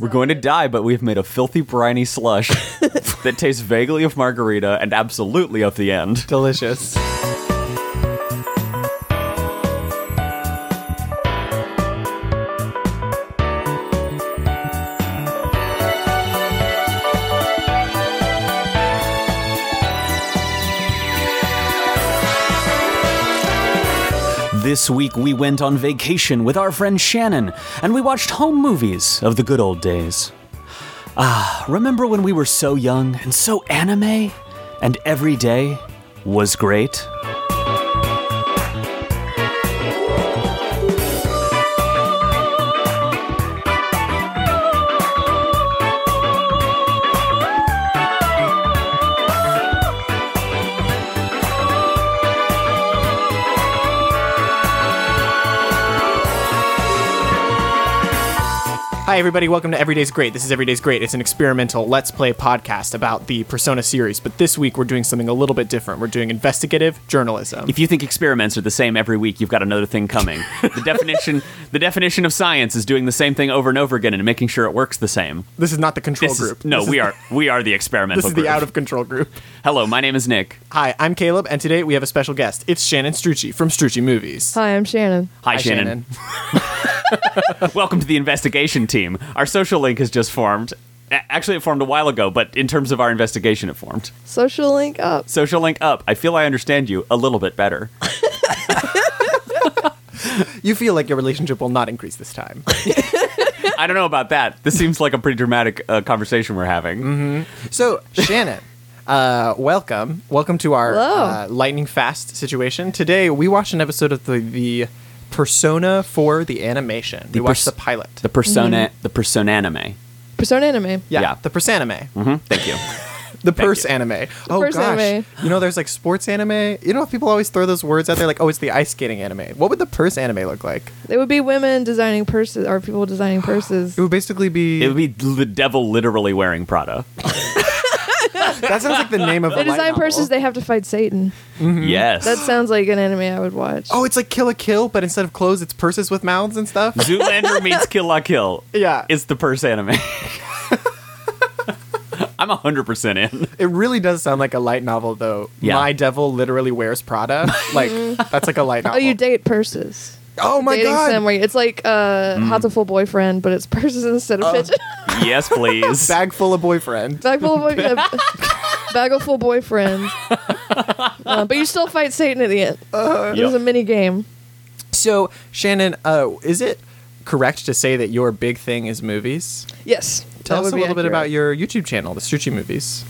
We're going to die, but we've made a filthy briny slush that tastes vaguely of margarita and absolutely of the end. Delicious. This week we went on vacation with our friend Shannon, and we watched home movies of the good old days. Ah, remember when we were so young and so anime? And every day was great? Hi, everybody. Welcome to Everyday's Great. This is Everyday's Great. It's an experimental Let's Play podcast about the Persona series, but this week we're doing something a little bit different. We're doing investigative journalism. If you think experiments are the same every week, you've got another thing coming. The definition the definition of science is doing the same thing over and over again and making sure it works the same. This is not the control This is- group. no, This we is- are we are the experimental This is group. the out of control group. Hello, my name is Nick. Hi, I'm Caleb, and today we have a special guest. It's Shannon Strucci from Strucci Movies. Hi, I'm Shannon. Hi, Shannon. Welcome to the investigation team. Our social link has just formed. A- Actually, it formed a while ago, but in terms of our investigation, it formed. Social link up. Social link up. I feel I understand you a little bit better. You feel like your relationship will not increase this time. I don't know about that. This seems like a pretty dramatic uh, conversation we're having. Mm-hmm. So, Shannon, uh, welcome. Welcome to our Hello. uh, lightning fast situation. Today, we watched an episode of the, the Persona for the animation. we pers- watched the pilot. The persona, Mm-hmm. the persona anime. Persona anime. yeah, yeah. the Pers anime. hmm Thank you. The Purse you. anime. oh, Purse gosh. anime. You know, there's like sports anime. You know, people always throw those words out there like, oh, it's the ice skating anime. What would the Purse anime look like? It would be women designing purses or people designing purses. It would basically be. it would be the devil literally wearing Prada. that sounds like the name of a they light design novel. purses. They have to fight Satan. Mm-hmm. Yes. That sounds like an anime I would watch. Oh, it's like Kill a Kill, but instead of clothes, it's purses with mouths and stuff. Zoolander meets Kill La Kill. Yeah. It's the purse anime. I'm 100% in. It really does sound like a light novel, though. Yeah. My devil literally wears Prada. Like that's like a light Oh, novel. you date purses. Oh my Dating god! Mm. sim where you- it's like uh, hot to full boyfriend, but it's purses instead Oh. of pigeon. Yes, please. Bag full of boyfriend. Bag full of yeah, bag of full boyfriend. Uh, but you still fight Satan at the end. It was a Yep. mini game. So Shannon, uh, is it correct to say that your big thing is movies? Yes. Tell that us a would be little bit accurate. about your YouTube channel, the Strucci Movies.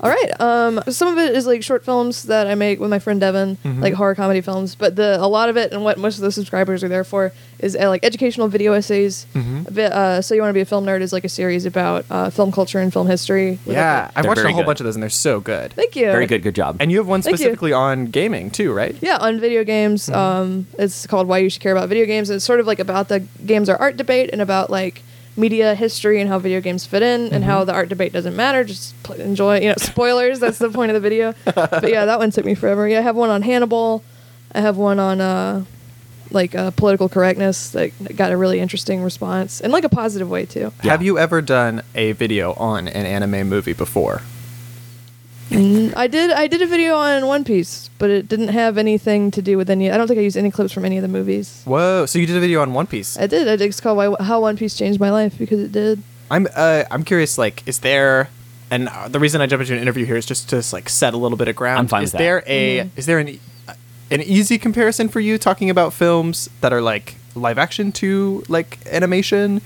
All right. Um, some of it is like short films that I make with my friend Devin, Mm-hmm. like horror comedy films. But the a lot of it and what most of the subscribers are there for is uh, like educational video essays. Mm-hmm. Vi- uh, so you want to be a film nerd is like a series about uh, film culture and film history. with, Yeah, like- I've They're watched a very whole good. bunch of those, and they're so good. thank you. Very good. Good job. And you have one Thank you. specifically on gaming too, right? Yeah, on video games. Um, it's called Why You Should Care About Video Games. And it's sort of like about the games are art debate and about like media history and how video games fit in and how the art debate doesn't matter. Just pl- enjoy, you know, spoilers. that's the point of the video. But yeah, that one took me forever. Yeah, I have one on Hannibal. I have one on uh, like uh, political correctness that got a really interesting response in like a positive way too. Have you ever done a video on an anime movie before? I did I did a video on One Piece, but it didn't have anything to do with any. I don't think I used any clips from any of the movies. Whoa! So you did a video on One Piece. I did. I did. It's called Why, How One Piece Changed My Life because it did. I'm uh, I'm curious. Like, is there? And uh, the reason I jump into an interview here is just to like set a little bit of ground. I'm fine Is with that. there a Mm-hmm. is there an uh, an easy comparison for you talking about films that are like live action to like animation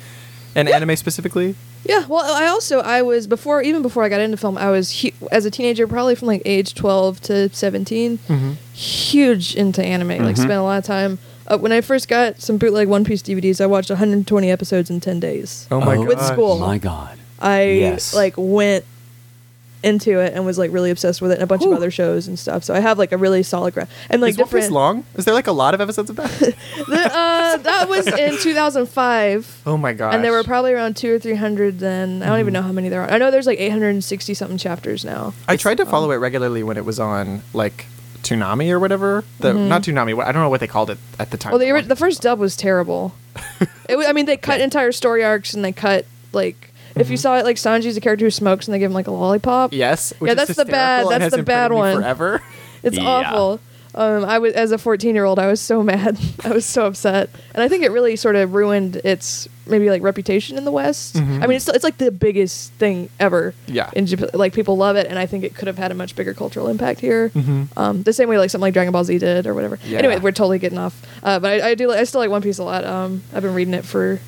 and anime specifically? Yeah. Well, I also I was before even before I got into film, I was hu- as a teenager, probably from like age twelve to 17 Mm-hmm. huge into anime. Like spent a lot of time. Uh, when I first got some bootleg One Piece DVDs, I watched 120 episodes in 10 days. Oh my Oh. god! With school. My God. I Yes. like went into it and was like really obsessed with it and a bunch Whew. of other shows and stuff. So I have like a really solid grasp. And like is One Piece different long? Is there like a lot of episodes of that? The- uh, that was in 2005. oh my god! And there were probably around two or three hundred then. I don't even know how many there are. I know there's like 860 something chapters now. I tried to follow it regularly when it was on like Toonami or whatever. The not Toonami. what- I don't know what they called it at the time. Mm-hmm. Well, the, One ori- the Piece first dub was terrible. it was, I mean, they cut entire story arcs and they cut Like if you saw it, like Sanji's a character who smokes and they give him like a lollipop. Yes. Yeah, that's the bad- hysterical and that's has the bad imprinted me one. Forever. It's Yeah. awful. Um, I was as a 14 year old, I was so mad. I was so upset, and I think it really sort of ruined its maybe like reputation in the West. I mean, it's it's like the biggest thing ever. Yeah. in Japan, like people love it, and I think it could have had a much bigger cultural impact here. Um, the same way like something like Dragon Ball Z did or whatever. Yeah. Anyway, we're totally getting off. Uh, but I, I do like, I still like One Piece a lot. Um, I've been reading it for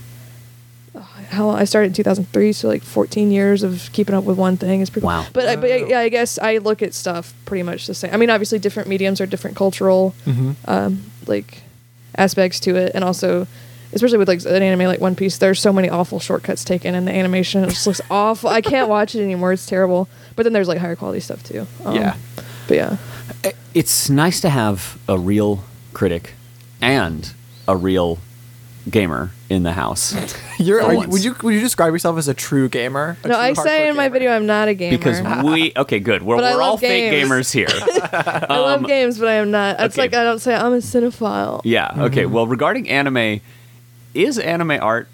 oh, how long? I started in 2003, so like 14 years of keeping up with one thing is pretty. Wow. But I, but I, Wow. yeah, I guess I look at stuff pretty much the same. I mean, obviously, different mediums are different cultural Mm-hmm. um, like aspects to it, and also. Especially with like an anime like One Piece, there's so many awful shortcuts taken, and the animation it just looks awful. I can't watch it anymore; it's terrible. But then there's like higher quality stuff too. Um, Yeah. But yeah, It's nice to have a real critic and a real gamer in the house. You're, For are you- once. would you would you describe yourself as a true gamer? A no, true I say hardcore in my gamer? video I'm not a gamer. because we okay good we're, But I we're all love fake games. gamers here I love games, but I am not. It's um, okay. like I don't say I'm a cinephile. Mm-hmm. yeah okay well regarding anime is anime art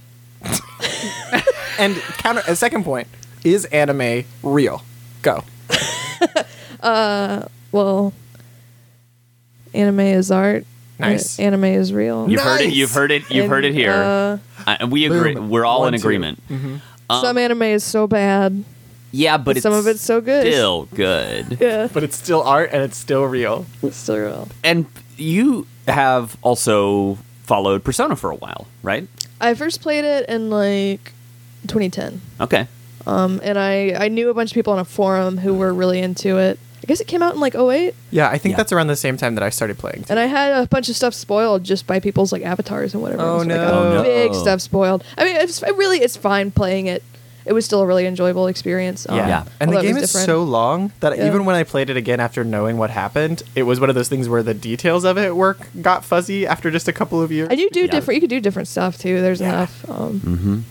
And counter a second point is anime real? Go. Well, anime is art. Nice. and Anime is real. you've heard it Nice. you've heard it you've heard it And, here uh, I- and we agree Boom. we're all One, in two. Mm-hmm. agreement Um, Some anime is so bad. yeah but it's Some of it's so good. still good Yeah, But it's still art and it's still real. it's still real. and you have also followed persona for a while right I first played it in like 2010, okay um, and I I knew a bunch of people on a forum who were really into it. I guess it came out in like 08, Yeah, I think Yeah. that's around the same time that I started playing. and I had a bunch of stuff spoiled just by people's like avatars and whatever. It Oh, was, like, no. Oh, no. Big stuff spoiled. I mean, it's it really it's fine playing it. It was still a really enjoyable experience. um, yeah. Yeah. and the although it game was is different. so long that Yeah. even when I played it again after knowing what happened, it was one of those things where the details of it work got fuzzy after just a couple of years. And you do Yeah. different. You could do different stuff too. There's Yeah. enough. Um,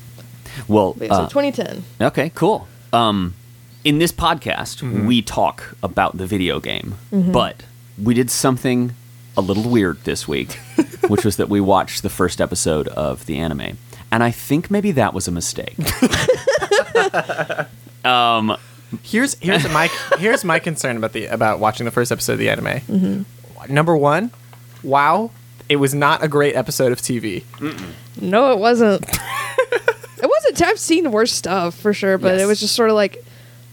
well but yeah, so uh, 2010. Okay, cool. Um, in this podcast, we talk about the video game, but we did something a little weird this week, which was that we watched the first episode of the anime, and I think maybe that was a mistake. um, Here's here's my here's my concern about the about watching the first episode of the anime. Mm-hmm. Number one, wow, it was not a great episode of TV. No, it wasn't. it wasn't. I've seen worse stuff for sure, but it Yes. was just sort of like,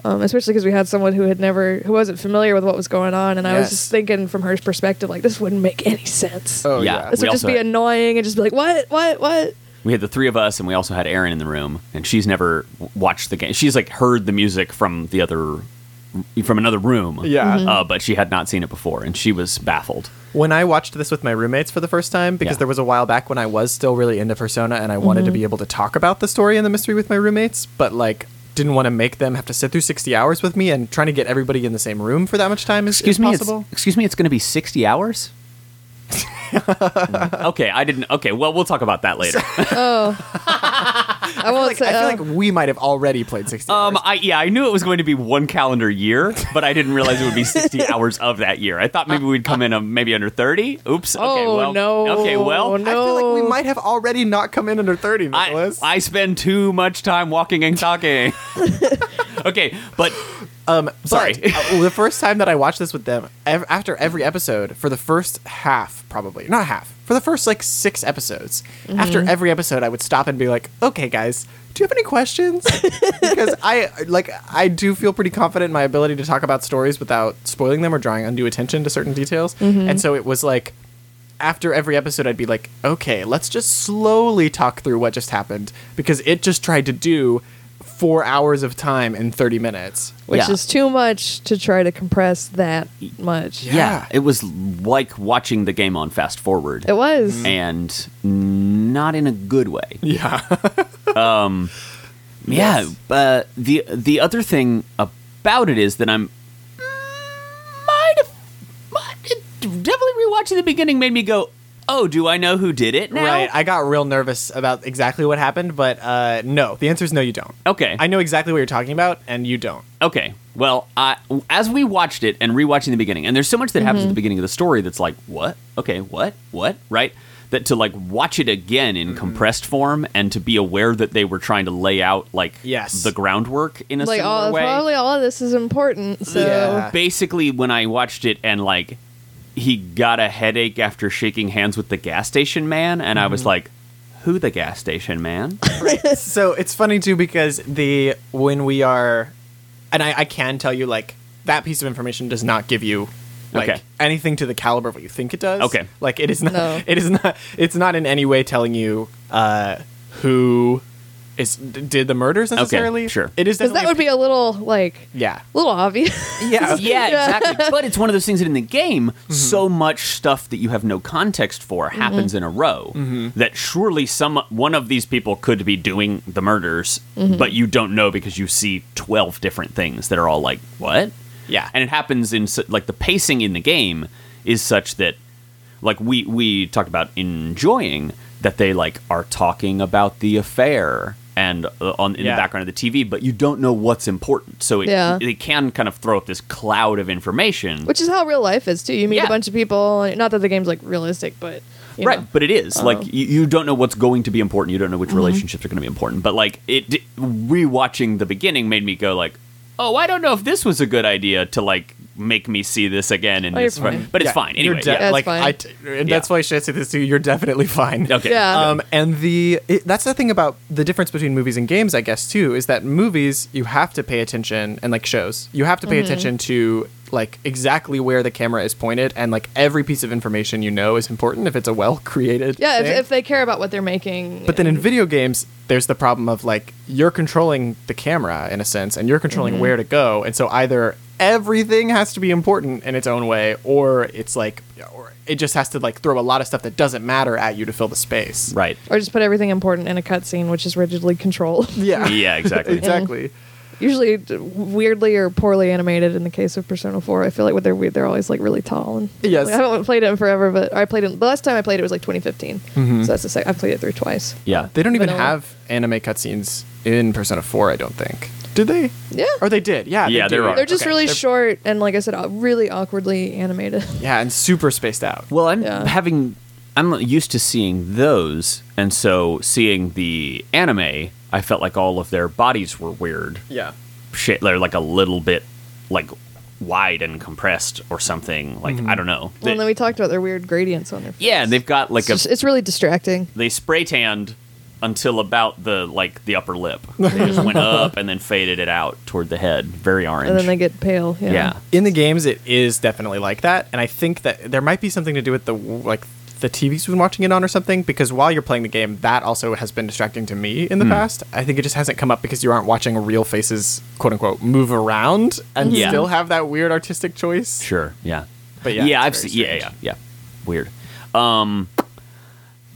um, especially because we had someone who had never, who wasn't familiar with what was going on, and I was Yes. just thinking from her perspective, like this wouldn't make any sense. Oh Yeah. yeah, this we would just also- be annoying and just be like, what, what, what? we had the three of us, and we also had Erin in the room, and she's never w- watched the game. She's like heard the music from the other from another room, Yeah. Mm-hmm. Mhm. uh, but she had not seen it before, and she was baffled. When I watched this with my roommates for the first time, because Yeah. there was a while back when I was still really into Persona and I Mm-hmm. wanted to be able to talk about the story and the mystery with my roommates, but like didn't want to make them have to sit through 60 hours with me and trying to get everybody in the same room for that much time is, Excuse is me. It's, possible. excuse me. It's going to be sixty hours. okay, I didn't. Okay, well, we'll talk about that later. I won't like, say. I feel uh, like we might have already played 60 Um, hours. I yeah, I knew it was going to be one calendar year, but I didn't realize it would be sixty hours of that year. I thought maybe we'd come in um, maybe under thirty. Oops. okay, Oh, well, no. Okay, well, No. I feel like we might have already not come in under 30, I, Nicholas. I spend too much time walking and talking. okay, but Sorry. But, uh, the first time that I watched this with them, ev- after every episode, for the first half, probably not half, for the first like six episodes, after every episode, I would stop and be like, "Okay, guys, do you have any questions?" because I like I do feel pretty confident in my ability to talk about stories without spoiling them or drawing undue attention to certain details, and so it was like. After every episode, I'd be like, okay, let's just slowly talk through what just happened because it just tried to do four hours of time in 30 minutes. which yeah. is too much to try to compress that much. yeah. it was like watching the game on fast forward, It was. and not in a good way. Yeah. Yeah, Yes. but the the other thing about it is that I'm might have might, it definitely rewatching the beginning made me go, oh, do I know who did it now? Right. I got real nervous about exactly what happened, but uh, no. The answer is no, you don't. okay, I know exactly what you're talking about, and you don't. okay. Well, I as we watched Mm-hmm. it and rewatching the beginning, and there's so much that happens at the beginning of the story that's like, what? Okay, what? What? Right? that to like watch it again Mm-hmm. in compressed form and to be aware that they were trying to lay out like Yes. the groundwork in a like similar all way. probably all of this is important. So Yeah. Basically, when I watched it and like he got a headache after shaking hands with the gas station man, and I was Mm-hmm. like, "Who the gas station man?" so it's funny too because the when we are and I, I can tell you like that piece of information does not give you like Okay. anything to the caliber of what you think it does Okay. like it is not No. it is not it's not in any way telling you uh who is d- did the murders necessarily sure. it is because that definitely would be a little like yeah little obvious. yeah, yeah Yeah. exactly. But it's one of those things that in the game, so much stuff that you have no context for happens in a row. That surely some one of these people could be doing the murders, but you don't know because you see twelve different things that are all like what? yeah And it happens in su- like the pacing in the game is such that like we we talked about enjoying that they like are talking about the affair and uh, on in Yeah. the background of the TV, but you don't know what's important. So it, Yeah. they can kind of throw up this cloud of information, Which is how real life is too. You meet Yeah. a bunch of people. and- Not that the game's like realistic, but you right? know. But it is like you, you don't know what's going to be important. You don't know which Mm-hmm. relationships are going to be important. But like it, di- rewatching the beginning made me go like, oh, I don't know if this was a good idea to like make me see this again. And Oh, you're this, fr- fine. but it's Yeah, fine you're anyway. de- yeah. That's like fine. I t- and that's Yeah. why I should say this to you. You're definitely fine. Okay. Yeah. Um, and the it, that's the thing about the difference between movies and games, I guess, too, is that movies you have to pay attention, and like shows, you have to Mm-hmm. pay attention to like exactly where the camera is pointed, and like every piece of information you know is important if it's a well created. yeah, if, if they care about what they're making. But then in video games, there's the problem of like you're controlling the camera in a sense, and you're controlling Mm-hmm. where to go, and so either everything has to be important in its own way, or it's like, or it just has to like throw a lot of stuff that doesn't matter at you to fill the space. Right. or just put everything important in a cutscene, which is rigidly controlled. Yeah. Yeah, exactly. Mm-hmm. Exactly. Usually d- weirdly or poorly animated. In the case of Persona Four, I feel like with their weird, they're always like really tall. And Yes. like, I haven't played it in forever, but I played it. The last time I played it was like 2015. Mm-hmm. So that's the second. I've played it through twice. Yeah. They don't even uh, Vanilla. have anime cutscenes in Persona 4, I don't think. Did they? Yeah. Or they did. Yeah. Yeah, they there do. are. They're just Okay. really They're- short and, like I said, uh, really awkwardly animated. Yeah, and super spaced out. Well, I'm Yeah. having I'm not used to seeing those, and so seeing the anime, I felt like all of their bodies were weird. Yeah. Shit, they're like a little bit like wide and compressed or something. Like I don't know. Well, and They- then we talked about their weird gradients on their. Face. yeah, and they've got like It's, just- a it's really distracting. they spray tanned until about the like the upper lip. They just went up and then faded it out toward the head, very orange. And then they get pale. Yeah. yeah. In the games, it is definitely like that, and I think that there might be something to do with the like the TV's been watching it on or something. Because while you're playing the game, that also has been distracting to me in the past. I think it just hasn't come up because you aren't watching real faces, quote unquote, move around and Yeah. still have that weird artistic choice. Sure. Yeah. But yeah, yeah, it's I've very seen. Yeah, yeah, strange. yeah. Weird. Um.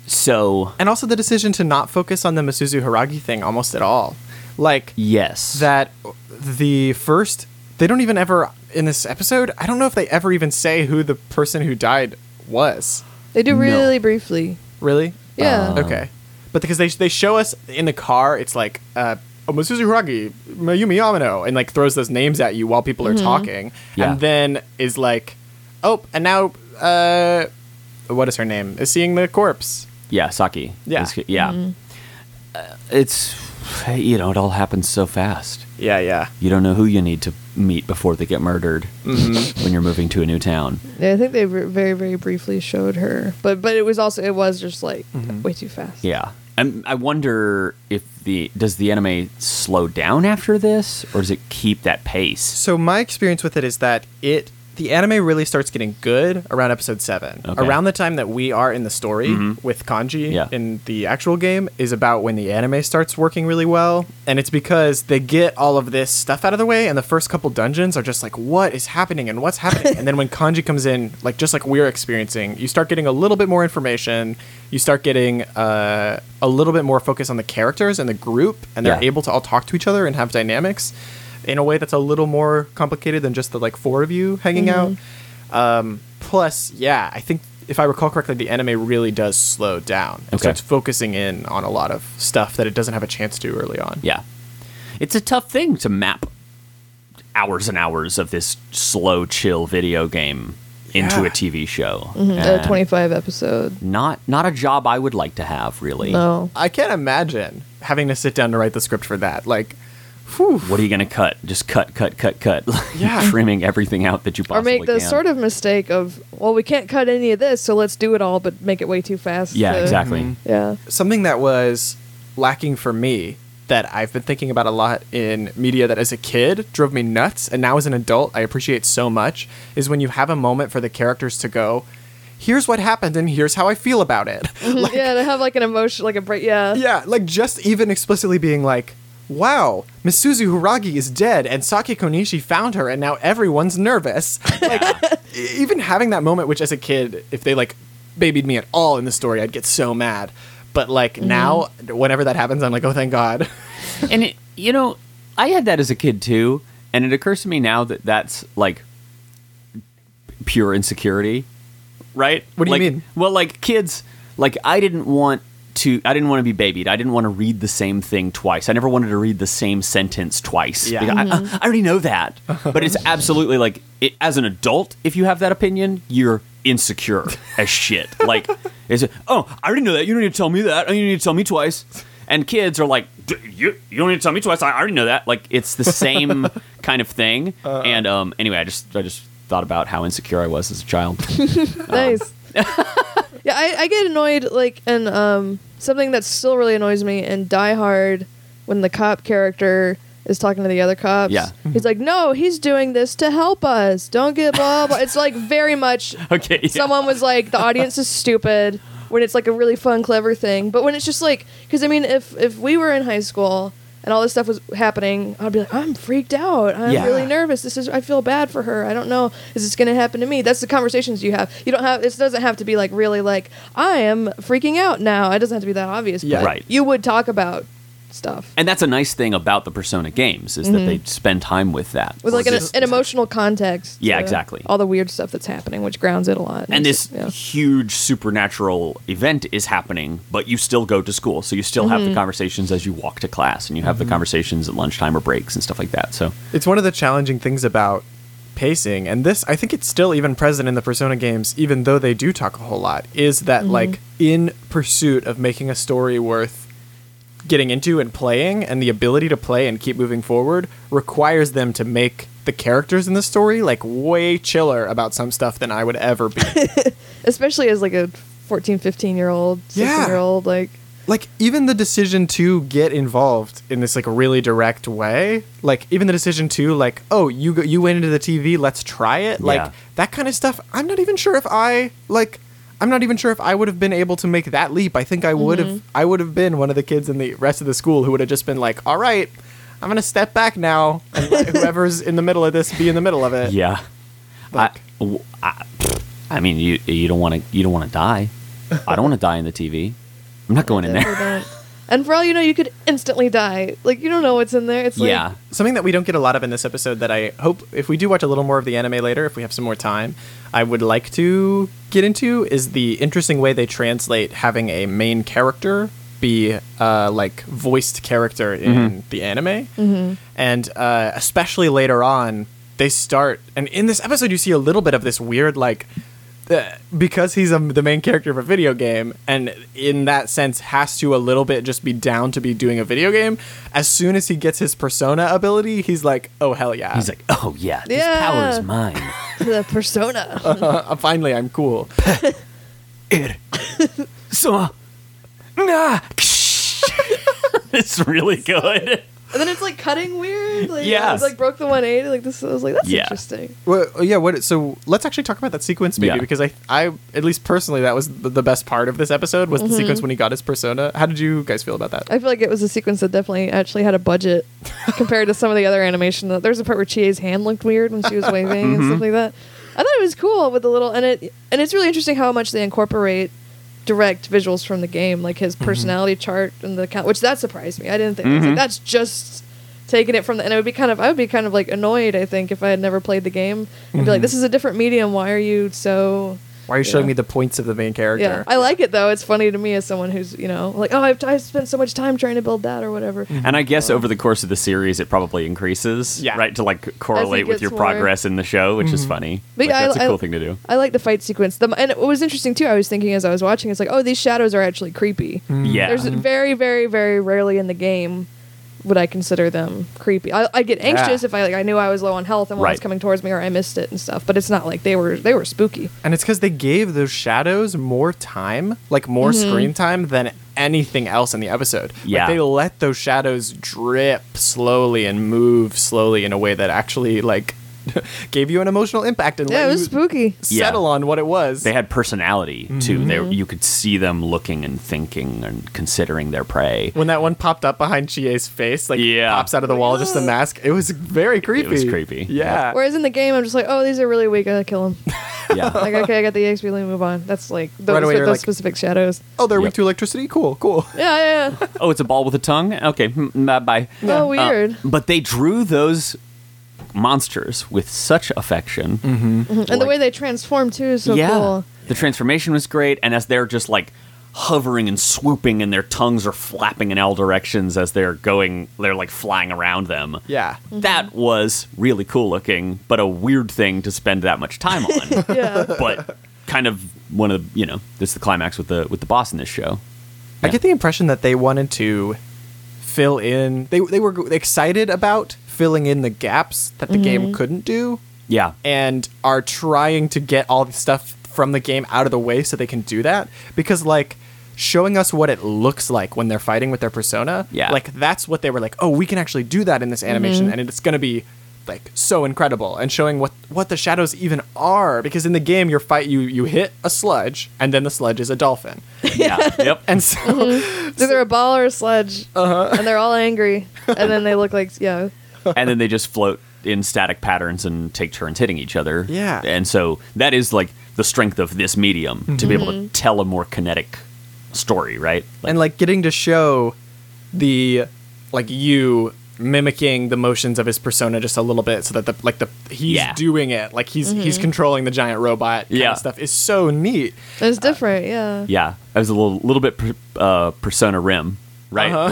So And also the decision to not focus on the Masuzu Haragi thing almost at all, like yes, that the first they don't even ever in this episode. I don't know if they ever even say who the person who died was. They do really briefly. Really? Yeah. Uh. Okay. But because they they show us in the car, it's like uh, oh, Masuzu Hiragi, Mayumi Yamano, and like throws those names at you while people are talking, Yeah. and then is like, oh, and now uh, what is her name? Is seeing the corpse. yeah, Saki. Yeah. It's- yeah. Uh, it's you know it all happens so fast. Yeah, yeah. You don't know who you need to meet before they get murdered Mm-hmm. when you're moving to a new town. Yeah, I think they ver- very, very briefly showed her, but but it was also it was just like way too fast. Mm-hmm. Yeah, and I wonder if the does the anime slow down after this, or does it keep that pace? So my experience with it is that it the anime really starts getting good around episode seven. Okay. Mm-hmm. Around the time that we are in the story with Kanji Yeah. in the actual game is about when the anime starts working really well, and it's because they get all of this stuff out of the way, and the first couple dungeons are just like, what is happening and what's happening, and then when Kanji comes in, like just like we're experiencing, you start getting a little bit more information, you start getting uh, a little bit more focus on the characters and the group, and they're Yeah. able to all talk to each other and have dynamics in a way that's a little more complicated than just the like four of you hanging out. Um, plus, yeah, I think if I recall correctly, the anime really does slow down. It Okay. starts focusing in on a lot of stuff that it doesn't have a chance to early on. Yeah, it's a tough thing to map hours and hours of this slow, chill video game into Yeah. Mm-hmm. Uh, a TV show. a And 25 Uh, episode. Not not a job I would like to have, really. No. I can't imagine having to sit down to write the script for that. Like, whew. What are you going to cut? Just cut, cut, cut, cut. Like, Yeah. trimming everything out that you Or possibly make the can. sort of mistake of, well, we can't cut any of this, so let's do it all, but make it way too fast. Yeah, to- exactly. Mm-hmm. Yeah. Something that was lacking for me that I've been thinking about a lot in media that as a kid drove me nuts, and now as an adult I appreciate so much is when you have a moment for the characters to go, here's what happened and here's how I feel about it. like, yeah, to have like an emotion, like a break. Yeah. Yeah, like just even explicitly being like, wow, Misuzu Hiragi is dead and Saki Konishi found her and now everyone's nervous. Like, e- even having that moment, which as a kid, if they like babied me at all in the story, I'd get so mad. But like now, whenever that happens, I'm like, oh, thank God. and it, you know, I had that as a kid too, and it occurs to me now that that's like pure insecurity, right? What do you Like- mean? Well, like kids, like I didn't want to I didn't want to be babied. I didn't want to read the same thing twice. I never wanted to read the same sentence twice. Yeah. Because I- I, I already know that. But it's absolutely like it, as an adult, if you have that opinion, you're insecure as shit. Like is it, oh, I already know that. You don't need to tell me that. You don't need to tell me twice. And kids are like, D- you, you don't need to tell me twice. I already know that. Like it's the same kind of thing. and um, anyway, I just I just thought about how insecure I was as a child. Nice. yeah, I, I get annoyed like and um something that still really annoys me in Die Hard when the cop character is talking to the other cops. Yeah. He's like, No, he's doing this to help us. Don't get blah blah it's like very much okay. yeah. someone was like the audience is stupid when it's like a really fun clever thing but when it's just like because i mean if if we were in high school and all this stuff was happening i'd be like i'm freaked out i'm Yeah. really nervous this is i feel bad for her i don't know is this going to happen to me that's the conversations you have you don't have it doesn't have to be like really like i am freaking out now it doesn't have to be that obvious Yeah. but Right. you would talk about stuff And that's a nice thing about the Persona games is that they spend time with that. Mm-hmm. with Or like an, this- an emotional context Yeah, to exactly. all the weird stuff that's happening which grounds it a lot and this yeah. huge supernatural event is happening, but you still go to school, so you still have Mm-hmm. the conversations as you walk to class, and you have the conversations at lunchtime or breaks and stuff like that. So It's one of the challenging things about pacing, and this I think it's still even present in the Persona games, even though they do talk a whole lot. Is that like in pursuit of making a story worth getting into and playing, and the ability to play and keep moving forward requires them to make the characters in the story like way chiller about some stuff than I would ever be. especially as like a 14 15 year old 16 Yeah. year old like like even the decision to get involved in this like really direct way like even the decision to like oh you go, you went into the tv let's try it like Yeah. that kind of stuff i'm not even sure if i like i'm not even sure if i would have been able to make that leap i think i would have i would have been one of the kids in the rest of the school who would have just been like all right i'm gonna step back now and let whoever's in the middle of this be in the middle of it yeah, I, Like- w- I- I mean you you don't want to you don't want to die. I don't want to die in the TV. I'm not going in definitely there. don't. and for all you know you could instantly die like you don't know what's in there it's like Yeah, Something that we don't get a lot of in this episode that I hope if we do watch a little more of the anime later, if we have some more time, I would like to get into is the interesting way they translate having a main character be uh, like voiced character in the anime, and uh, especially later on they start and in this episode you see a little bit of this weird like uh, because he's um the main character of a video game and in that sense has to a little bit just be down to be doing a video game as soon as he gets his persona ability he's like oh hell yeah he's like, oh yeah, this power Yeah. is mine. the persona uh, finally i'm cool It. so, nah. it's really good. and then it's like cutting weird like Yes. yeah it's like broke the 180 like this I was like that's Yeah. interesting well, yeah what so let's actually talk about that sequence maybe Yeah. because i i at least personally that was the, the best part of this episode was Mm-hmm. the sequence when he got his persona how did you guys feel about that I feel like it was a sequence that definitely actually had a budget compared to some of the other animation. There's a part where Chie's hand looked weird when she was waving and stuff like that. I thought it was cool with the little and it and it's really interesting how much they incorporate direct visuals from the game, like his personality chart and the count, which that surprised me. I didn't think I was like, that's just taking it from the and it would be kind of I would be kind of like annoyed I think if I had never played the game and be like this is a different medium. Why are you so Why are you showing me Yeah. the points of the main Yeah, character? I like it though. It's funny to me as someone who's you know like oh I've, I've spent so much time trying to build that or whatever. And I guess over the course of the series, it probably increases, Yeah. right? To like correlate with gets your more- progress in the show, which is funny. But Like, yeah, I- that's a I- cool thing to do. I like the fight sequence. The, and what was interesting too, I was thinking as I was watching, it's like oh these shadows are actually creepy. Mm. Yeah. Mm-hmm. There's very very very rarely in the game would I consider them creepy. I, I get anxious Yeah. if I like I knew I was low on health and one was Right. coming towards me or I missed it and stuff. But it's not like they were they were spooky. And it's because they gave those shadows more time, like more screen time than anything else in the episode. Like, Mm-hmm. Yeah. they let those shadows drip slowly and move slowly in a way that actually like gave you an emotional impact and Yeah, let it was you spooky. Yeah. settle on what it was. they had personality too. They, Mm-hmm. you could see them looking and thinking and considering their prey. when that one popped up behind Chie's face, like Yeah. pops out of the wall, just the mask. It was very creepy. was creepy. Yeah. Whereas in the game, I'm just like oh these are really weak. I gotta kill them. Yeah. like okay, I got the EXP. Let me move on. That's like those, Right away, those you're like- specific shadows. oh, they're Yep. weak to electricity. Cool. Cool. Yeah, yeah. yeah. oh, it's a ball with a tongue. Okay, Hmm, bye bye. Uh, Oh, Uh, weird. But they drew those monsters with such affection. Mm-hmm. and the way they transform too is so cool. The transformation was great, and as they're just like hovering and swooping, and their tongues are flapping in all directions as they're going, they're like flying around them. Yeah. That was really cool looking, but a weird thing to spend that much time on. Yeah. but kind of one of the, you know, this is the climax with the with the boss in this show. I get the impression that they wanted to fill in. They they were g- excited about filling in the gaps that the game couldn't do, Yeah. and are trying to get all the stuff from the game out of the way so they can do that because like showing us what it looks like when they're fighting with their persona Yeah. like that's what they were like oh we can actually do that in this animation and it's going to be like so incredible and showing what what the shadows even are because in the game your fight you you hit a sludge and then the sludge is a dolphin Yeah. yep. and so It's either a ball or a sledge, uh-huh. and they're all angry, and then they look like yeah. and then they just float in static patterns and take turns hitting each other. Yeah. And so that is like the strength of this medium to be able to tell a more kinetic story, right? and like getting to show the like you mimicking the motions of his persona just a little bit so that the like the he's Yeah. doing it like he's he's controlling the giant robot kind Yeah. of stuff is so neat It's Uh, different, yeah. yeah, I was a little little bit per, uh, Persona Rim, right? Uh-huh.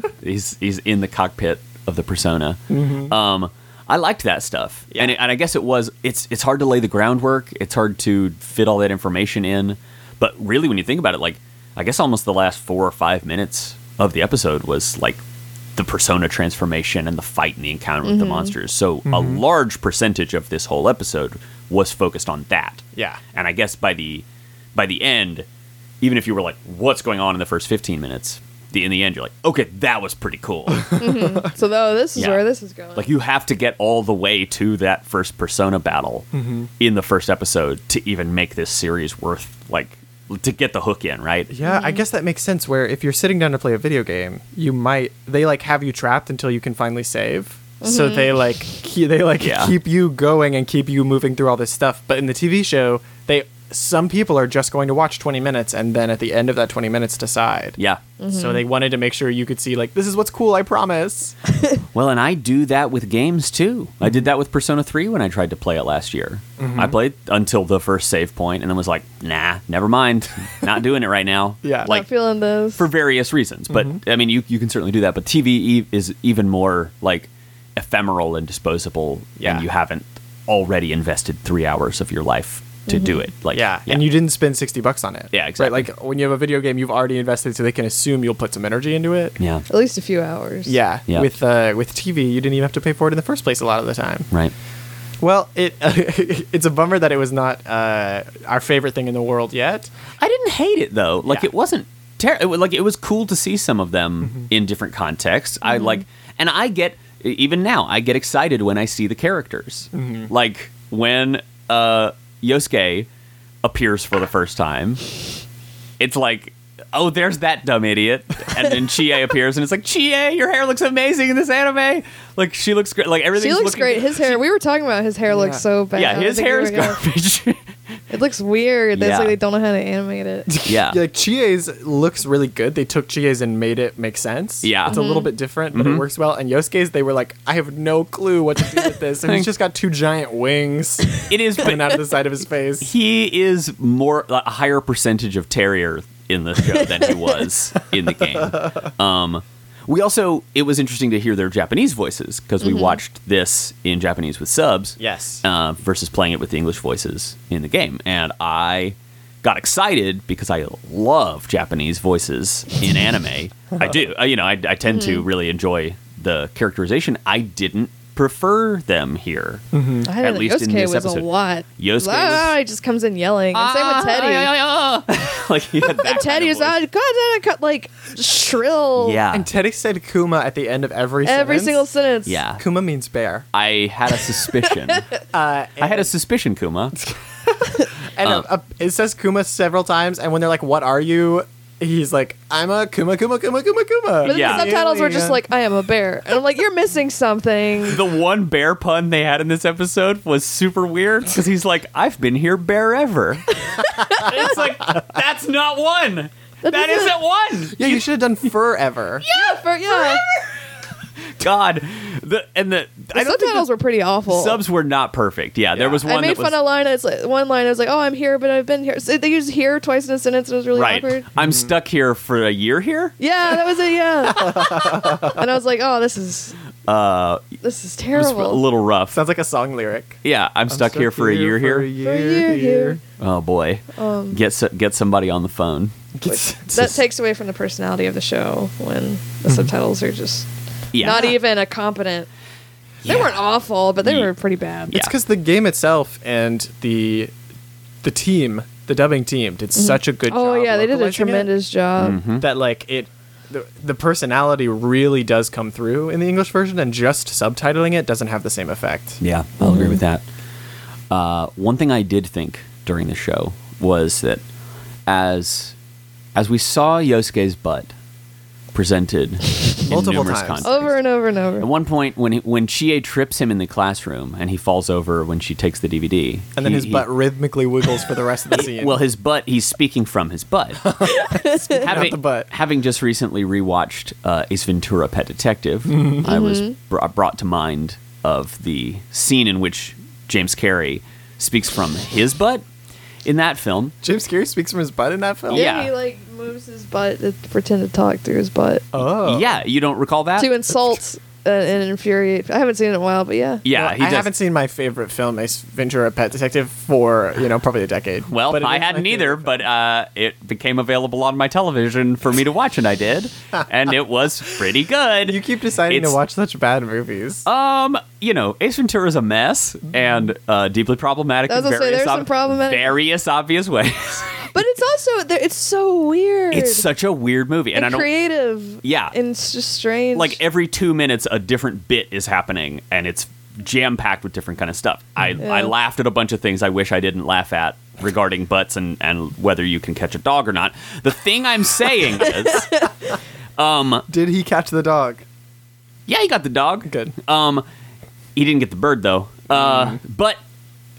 Like he's he's in the cockpit of the Persona. Mm-hmm. Um, I liked that stuff, and it, and I guess it was it's it's hard to lay the groundwork. It's hard to fit all that information in, but really when you think about it, like I guess almost the last four or five minutes of the episode was like the persona transformation and the fight and the encounter with the monsters. So a large percentage of this whole episode was focused on that. Yeah. And I guess by the by the end, even if you were like, "What's going on in the first 15 minutes?" The in the end, you're like, "Okay, that was pretty cool." So though this is Yeah. where this is going. like you have to get all the way to that first persona battle Mm-hmm. in the first episode to even make this series worth like to get the hook in, right? yeah i guess that makes sense where if you're sitting down to play a video game you might they like have you trapped until you can finally save so they like ke- they like Yeah. keep you going and keep you moving through all this stuff but in the tv show they some people are just going to watch 20 minutes and then at the end of that 20 minutes decide Yeah. So they wanted to make sure you could see like this is what's cool, I promise. Well, and I do that with games too. I did that with Persona 3 when I tried to play it last year. Mm-hmm. I played until the first save point and then was like, "Nah, never mind. Not doing it right now." Yeah. Like not feeling those. for various reasons. But Mm-hmm. I mean, you you can certainly do that. But TV e- is even more like ephemeral and disposable, Yeah. and you haven't already invested three hours of your life to do it. Like Mm-hmm. Yeah. And you didn't spend 60 bucks on it. Yeah, exactly. Right? Like when you have a video game you've already invested so they can assume you'll put some energy into it. yeah at least a few hours. Yeah. Yeah. With uh with TV, you didn't even have to pay for it in the first place a lot of the time. right. Well, it it's a bummer that it was not uh our favorite thing in the world yet. I didn't hate it though. Like Yeah. it wasn't terrible. Like it was cool to see some of them in different contexts. I like, and I get e, even now. I get excited when I see the characters. Like when uh, Yosuke appears for the first time. It's like. Oh, there's that dumb idiot, and then Chie appears, and it's like Chie, your hair looks amazing in this anime. Like she looks great. Like everything. She looks great. His hair. We were talking about his hair Yeah. looks so bad. Yeah, I his think hair we is were gonna- garbage. It looks weird. That's Yeah. like they don't know how to animate it. Yeah. like Chie's looks really good. They took Chie's and made it make sense. Yeah. Mm-hmm. It's a little bit different, but it works well. And Yosuke's, they were like, I have no clue what to do with this. And he's just got two giant wings It is, coming but out of the side of his face. he is more a higher percentage of terrier in the show than he was in the game. Um, we also it was interesting to hear their Japanese voices because Mm-hmm. we watched this in Japanese with subs. Yes. uh, versus playing it with the English voices in the game. And I got excited because I love Japanese voices in anime. I do. Uh, you know, I, I tend Mm-hmm. to really enjoy the characterization. I didn't prefer them here. I don't At know. least in Yosuke this was episode. a lot. Yosuke ah, was- he just comes in yelling. And same with Teddy. like he had that kind of Teddy is voice. ah, God, I cut like shrill. Yeah. And Teddy said Kuma at the end of every Every single sentence. sentence. Yeah. Kuma means bear. I had a suspicion. Uh, I had a suspicion, Kuma. and um, uh, uh, it says Kuma several times. And when they're like, "What are you?" He's like, "I'm a Kuma, Kuma, Kuma, Kuma, Kuma." But then Yeah. the subtitles were just like, I am a bear. And I'm like, you're missing something. The one bear pun they had in this episode was super weird because he's like, "I've been here bear ever." it's like that's not one. That that doesn't- isn't one. "Yeah, you should have done forever." yeah, for, yeah. God, the and the The subtitles were pretty awful. subs were not perfect. Yeah, there Yeah. was one I made that was fun of line. It's like one line. I was like, "Oh, I'm here, but I've been here." So they used "here" twice in a sentence. It was really right. awkward. I'm stuck here for a year here. Yeah, that was it. Yeah, and I was like, "Oh, this is uh, this is It was a terrible." little rough. Sounds like a song lyric. Yeah, I'm, stuck, here for a year here. For a year, year here. Oh boy, Um, get so, get somebody on the phone. that takes away from the personality of the show when the subtitles are just Yeah. not even a competent. They Yeah. weren't awful, but they Ye- were pretty bad. Yeah. It's because the game itself and the the team, the dubbing team, did such a good Oh job. yeah, they did a localizing it tremendous job. Mm-hmm. that like it. The, the personality really does come through in the English version, and just subtitling it doesn't have the same effect. Yeah, I'll Mm-hmm. agree with that. Uh, one thing I did think during the show was that as as we saw Yosuke's butt presented in Multiple numerous times. contexts. Over and over and At over. one point, when he, when Chie trips him in the classroom and he falls over when she takes the DVD, And then he- his he- butt rhythmically wiggles for the rest of the scene. well, his butt. He's speaking from his butt. having, the butt. having just recently rewatched uh, Ace Ventura: Pet Detective, Mm-hmm. I was br- uh, brought to mind of the scene in which James Carey speaks from his butt in that film. James Carey speaks from his butt in that film. Oh, Yeah. he like moves his butt to pretend to talk through his butt Oh. Yeah, you don't recall that? to insult uh, and infuriate. I haven't seen it in a while, but yeah. yeah, Well, he I does. haven't seen my favorite film, Ace Ventura: Pet Detective, for you know probably a decade. Well, But it I is my hadn't favorite either, film. but uh, it became available on my television for me to watch, and I did, and it was pretty good. You keep deciding It's- to watch such bad movies. Um, you know, Ace Ventura is a mess and uh, deeply problematic. I was in gonna say, various there's some problematic- various obvious ways. But it's also there- it's so weird. it's such a weird movie, and, and, I don't creative. Yeah. and it's just strange. like every two minutes a different bit is happening, and it's jam packed with different kind of stuff. I I laughed at a bunch of things I wish I didn't laugh at regarding butts and and whether you can catch a dog or not. The thing I'm saying is, Did he catch the dog? yeah, he got the dog. Good. Um, he didn't get the bird though. Mm. Uh, but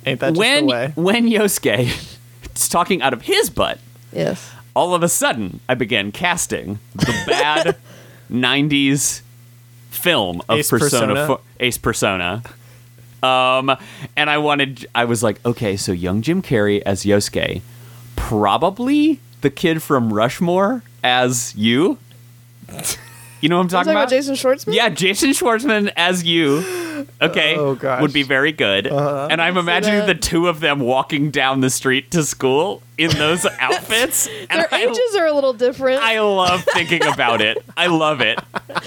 Ain't that just when the way? when Yosuke is talking out of his butt. yes, all of a sudden, I began casting the bad 90s film of Ace Persona, Persona? Fo- Ace Persona. Um, and I wanted, I was like, okay, so young Jim Carrey as Yosuke, probably the kid from Rushmore as you. You know what I'm I'm talking, talking about Jason Schwartzman. yeah, Jason Schwartzman as you. Okay, Oh, gosh. Uh-huh. would be very good. And I'm imagining that. the two of them walking down the street to school in those outfits. and their I, ages are a little different. I love thinking about it. I love it.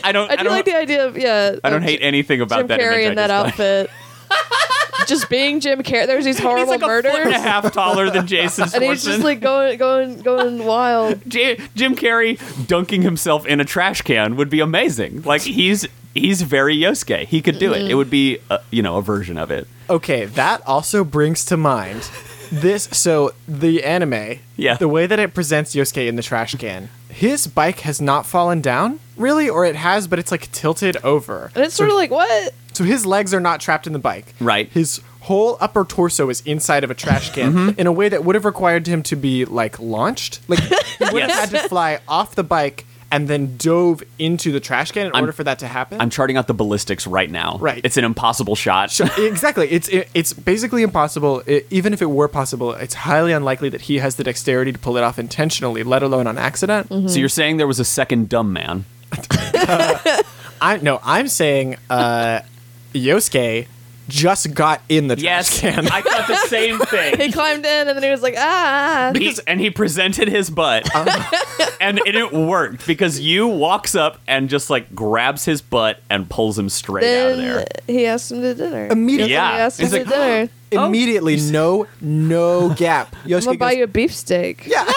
I don't. I, I do don't. like the idea of yeah. I don't of hate anything about Jim that. image Carrey I in that just got. outfit. just being Jim Carrey. There's these He's horrible like a foot and a murders, half taller than Jason Schwartzman. and he's just like going, going, going wild. J- Jim Carrey dunking himself in a trash can would be amazing. Like he's he's very Yosuke. He could do it. Mm. It would be uh, you know a version of it. Okay, that also brings to mind this. So the anime, Yeah. the way that it presents Yosuke in the trash can, his bike has not fallen down really, or it has, but it's like tilted over. And it's sort of like what? So his legs are not trapped in the bike. Right. His whole upper torso is inside of a trash can Mm-hmm. in a way that would have required him to be like launched. Like he would Yes. have had to fly off the bike and then dove into the trash can in I'm- order for that to happen. I'm charting out the ballistics right now. Right. It's an impossible shot. exactly. It's it, it's basically impossible. I even if it were possible, it's highly unlikely that he has the dexterity to pull it off intentionally, let alone on accident. Mm-hmm. So you're saying there was a second dumb man. I no, I'm saying uh, Yosuke just got in the trash Yes, can. I thought the same thing. He climbed in and then he was like, ah. He- and he presented his butt, Uh-huh. and it, it worked because you walks up and just like grabs his butt and pulls him straight out of there. Then he asked him to dinner. Immediately. Yeah. He asked him He's to like, dinner. Immediately, no, no gap. I'm Yosuke goes, gonna buy you a beefsteak. yeah.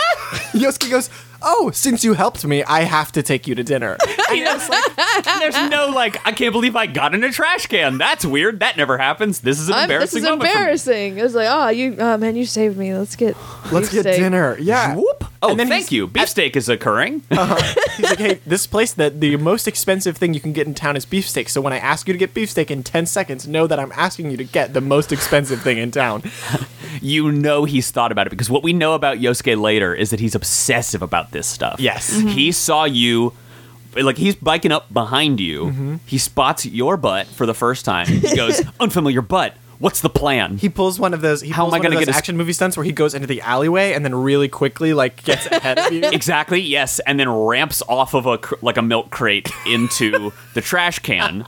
Yosuke goes, oh, since you helped me, I have to take you to dinner. And there's, like- there's no like, I can't believe I got in a trash can. That's weird. That never happens. This is an I'm, this embarrassing is moment. for me." embarrassing. It was like, oh, you, oh man, you saved me. Let's get, Let's get beefsteak." dinner. Yeah. Whoop. Oh, And then thank he's- you. Beefsteak is occurring. He's like, hey, this place that the most expensive thing you can get in town is beefsteak. So when I ask you to get beefsteak in ten seconds, know that I'm asking you to get the most expensive thing in town. you know he's thought about it because what we know about Yosuke later is that he's obsessive about this stuff. Yes. Mhm. He saw you like he's biking up behind you. Mm-hmm. He spots your butt for the first time. He goes, "Unfamiliar butt. What's the plan?" He pulls one of those. He How am pulls I one gonna of get those his- action movie stunts where he goes into the alleyway and then really quickly like gets ahead of you? exactly. Yes, and then ramps off of a cr- like a milk crate into the trash can.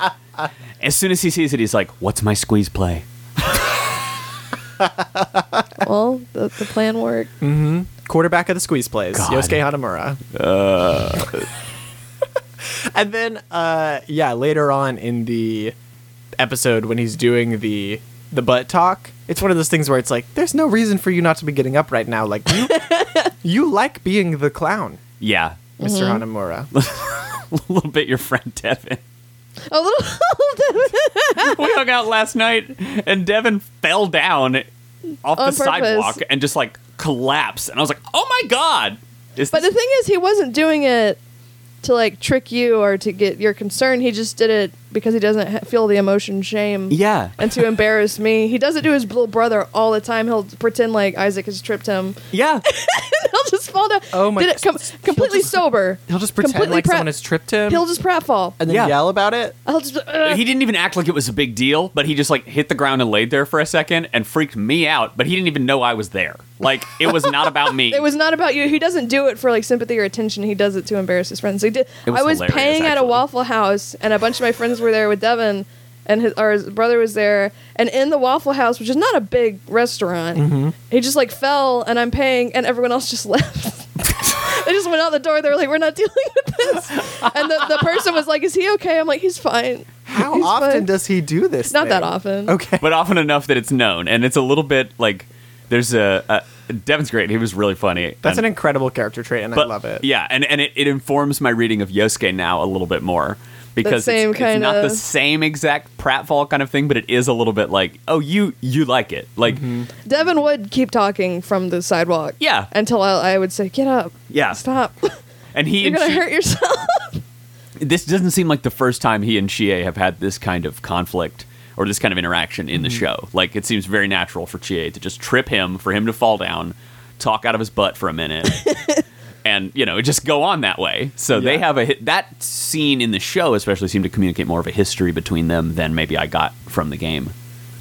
As soon as he sees it, he's like, "What's my squeeze play?" Well, the, the plan worked. Quarterback of the squeeze plays God. Yosuke Hanamura. Uh. and then uh, yeah, later on in the episode when he's doing the the butt talk, it's one of those things where it's like, there's no reason for you not to be getting up right now. Like you, you like being the clown, Yeah, Mr. Mm-hmm. Hanamura. a little bit your friend Devin. A little, we hung out last night and Devin fell down off the On purpose. sidewalk and just like collapsed. And I was like, oh my God. Is but the this- thing is, he wasn't doing it to like trick you or to get your concern. He just did it because he doesn't ha- feel the emotion shame. yeah. And to embarrass me, he does it to his little brother all the time. He'll pretend like Isaac has tripped him. Yeah. He'll just fall down. Oh my- Did it com- completely sober. He'll just pretend Completely like prep- someone has tripped him, He'll just pratfall. and then Yeah. yell about it. I'll just. Uh, he didn't even act like it was a big deal, but he just like hit the ground and laid there for a second and freaked me out, but he didn't even know I was there. Like it was not about me. It was not about you. He doesn't do it for like sympathy or attention. He does it to embarrass his friends. He did. It was I was hilarious, paying at a actually. Waffle House, and a bunch of my friends were there with Devin, and his or his brother was there. And in the Waffle House, which is not a big restaurant, Mm-hmm. he just like fell, and I'm paying, and everyone else just left. they just went out the door. They were like, "We're not dealing with this." And the, the person was like, "Is he okay?" I'm like, "He's fine." How He's often fine. does he do this? Not that thing? often. Okay. but often enough that it's known. And it's a little bit like there's a, a Devin's great. He was really funny. That's And- an incredible character trait, and I but- love it. Yeah, and, and it, it informs my reading of Yosuke now a little bit more because it's, same it's kind not the of- same exact pratfall kind of thing, but it is a little bit like, oh, you you like it, like Devin would keep talking from the sidewalk. Yeah. Until I, I would say, "Get up." Yeah. Stop. and he and You're gonna she- hurt yourself. this doesn't seem like the first time he and Chie have had this kind of conflict or this kind of interaction in the show. Like it seems very natural for Chie to just trip him, for him to fall down, talk out of his butt for a minute. And you know, just go on that way. So they Yeah. have a hi- that scene in the show, especially, seemed to communicate more of a history between them than maybe I got from the game.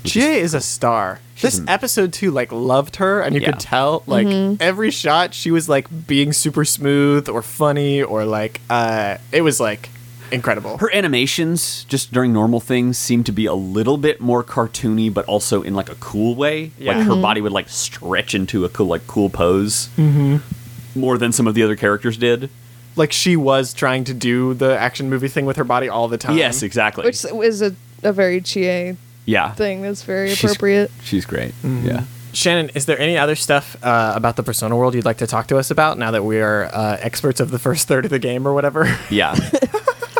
Jay is a star. This episode too, like, loved her, and you Yeah. could tell, like, every shot she was like being super smooth or funny or like, uh, it was like incredible. her animations just during normal things seem to be a little bit more cartoony but also in like a cool way Yeah. Mm-hmm. like her body would like stretch into a cool like cool pose Mm-hmm. more than some of the other characters did like, she was trying to do the action movie thing with her body all the time. yes exactly which is a, a very chie yeah thing that's very She's- appropriate she's great Mm-hmm. yeah Shannon, is there any other stuff uh, about the Persona world you'd like to talk to us about now that we are uh, experts of the first third of the game or whatever? yeah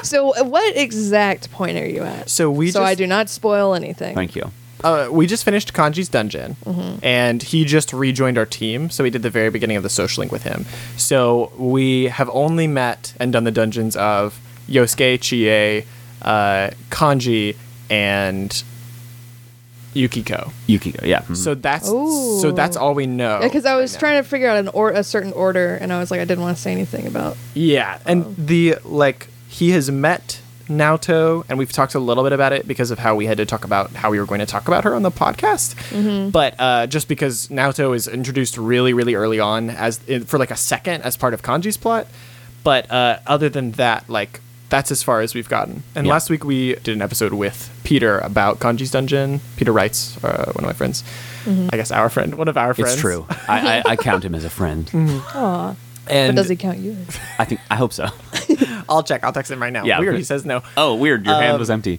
so uh, what exact point are you at So we so i just- do not spoil anything thank you uh, we just finished Kanji's dungeon, Mm-hmm. and he just rejoined our team. So we did the very beginning of the social link with him. So we have only met and done the dungeons of Yosuke, Chie, uh, Kanji, and Yukiko. Yukiko, yeah. mhm. So that's so that's Ooh. all we Oh, know. because I was right now. trying to figure out an or a certain order, and I was like, I didn't want to say anything about. Yeah, and Um, the like he has met Naoto, and we've talked a little bit about it because of how we had to talk about how we were going to talk about her on the podcast. Mm-hmm. But uh, just because Naoto is introduced really, really early on as in, for like a second as part of Kanji's plot, but uh, other than that, like that's as far as we've gotten. And Yeah. last week we did an episode with Peter about Kanji's dungeon. Peter writes, uh, one of my friends, Mm-hmm. I guess our friend, one of our friends. Mm-hmm. it's true. I, I, I count him as a friend. Aw. And But does he count you? I think I hope so. I'll check. I'll text him right now. Yeah. Weird. He says no. Oh, weird. Your Um, hand was empty.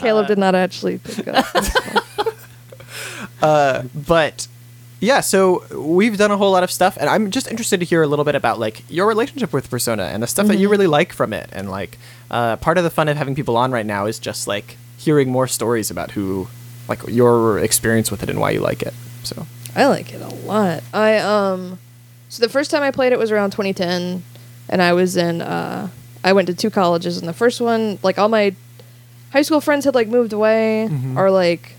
Caleb did not actually pick up. but yeah, so we've done a whole lot of stuff, and I'm just interested to hear a little bit about like your relationship with Persona and the stuff that you Mm-hmm. really like from it. And like, uh, part of the fun of having people on right now is just like hearing more stories about who, like, your experience with it and why you like it. So I like it a lot. I um so the first time I played it was around 2010 and I was in uh I went to two colleges and the first one like all my high school friends had like moved away or like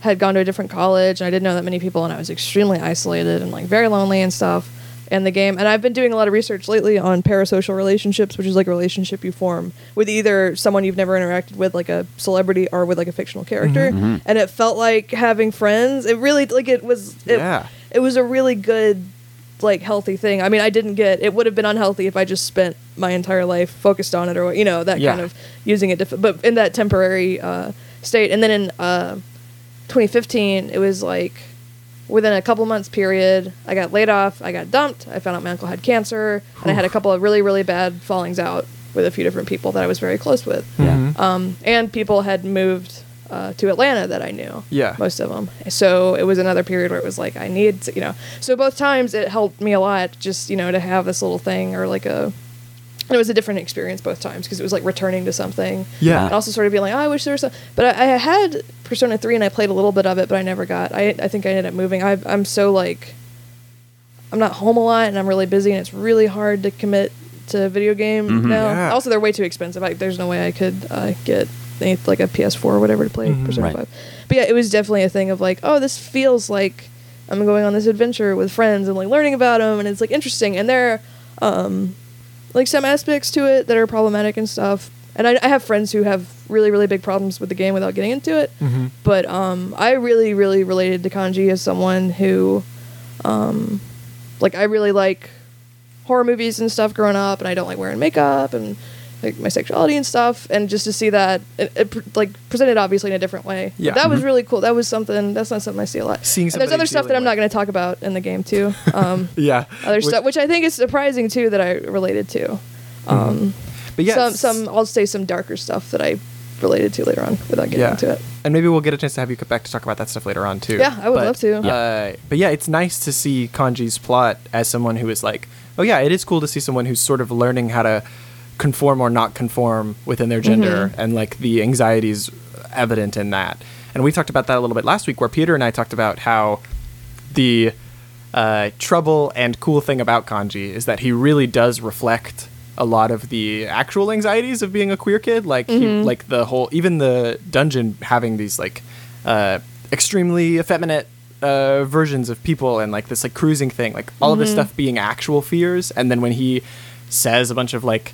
had gone to a different college and I didn't know that many people and I was extremely isolated and like very lonely and stuff. And the game and I've been doing a lot of research lately on parasocial relationships, which is like a relationship you form with either someone you've never interacted with like a celebrity or with like a fictional character. And it felt like having friends. It really like it was it, Yeah. it was a really good like healthy thing. I mean, I didn't get it would have been unhealthy if I just spent my entire life focused on it or what- you know that Yeah. kind of using it. Def- but in that temporary uh, state, and then in uh, 2015, it was like within a couple months period, I got laid off, I got dumped, I found out my uncle had cancer, and I had a couple of really really bad fallings out with a few different people that I was very close with. mm-hmm. Yeah. Um, and people had moved uh, to Atlanta that I knew. Yeah. Most of them. So it was another period where it was like, I need to, you know. So both times it helped me a lot just, you know, to have this little thing or like a. And it was a different experience both times because it was like returning to something. Yeah. Uh, And also sort of being like, oh, I wish there was some. But I, I had Persona 3 and I played a little bit of it, but I never got. I, I think I ended up moving. I, I'm so like. I'm not home a lot and I'm really busy and it's really hard to commit to a video game now. Mm-hmm. Yeah. Also, they're way too expensive. Like, there's no way I could uh, get any, like a PS4 or whatever to play Persona Right. 5. But yeah, it was definitely a thing of like, oh, this feels like I'm going on this adventure with friends and like learning about them and it's like interesting. And there are um, like some aspects to it that are problematic and stuff. And I, I have friends who have really, really big problems with the game without getting into it. But um, I really, really related to Kanji as someone who um, like I really like horror movies and stuff growing up, and I don't like wearing makeup and like my sexuality and stuff, and just to see that it, it, pr- like presented obviously in a different way. Yeah. mm-hmm. that was really cool. That was something that's not something I see a lot. Seeing and there's somebody other stuff that I'm dealing not going to talk about in the game too. Um, yeah, other stuff which I think is surprising too that I related to. Um, But yeah, some some I'll say some darker stuff that I related to later on without getting yeah. into it. And maybe we'll get a chance to have you come back to talk about that stuff later on too. Yeah, I would But, love to. Yeah. Uh, but yeah, it's nice to see Kanji's plot as someone who is like, oh yeah, it is cool to see someone who's sort of learning how to conform or not conform within their Mm-hmm. gender, and like the anxieties evident in that. And we talked about that a little bit last week, where Peter and I talked about how the uh, trouble and cool thing about Kanji is that he really does reflect a lot of the actual anxieties of being a queer kid. Like, he, like the whole, even the dungeon having these like uh, extremely effeminate uh, versions of people and like this like cruising thing, like all of this stuff being actual fears. And then when he says a bunch of like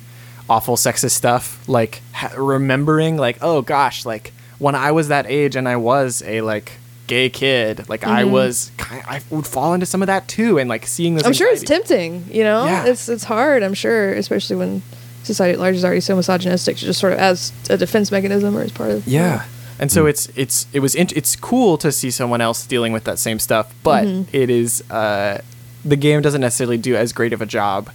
awful sexist stuff, like ha- remembering like, oh gosh, like when I was that age and I was a like gay kid, like I was, ki- I would fall into some of that too. And like seeing this, Mm-hmm. I'm sure it's anxiety- tempting, you know? Yeah. It's it's hard, I'm sure, especially when society at large is already so misogynistic, just sort of as a defense mechanism or as part of Yeah. And so it's it's it was int- it's cool to see someone else dealing with that same stuff, but Mm-hmm. it is uh, the game doesn't necessarily do as great of a job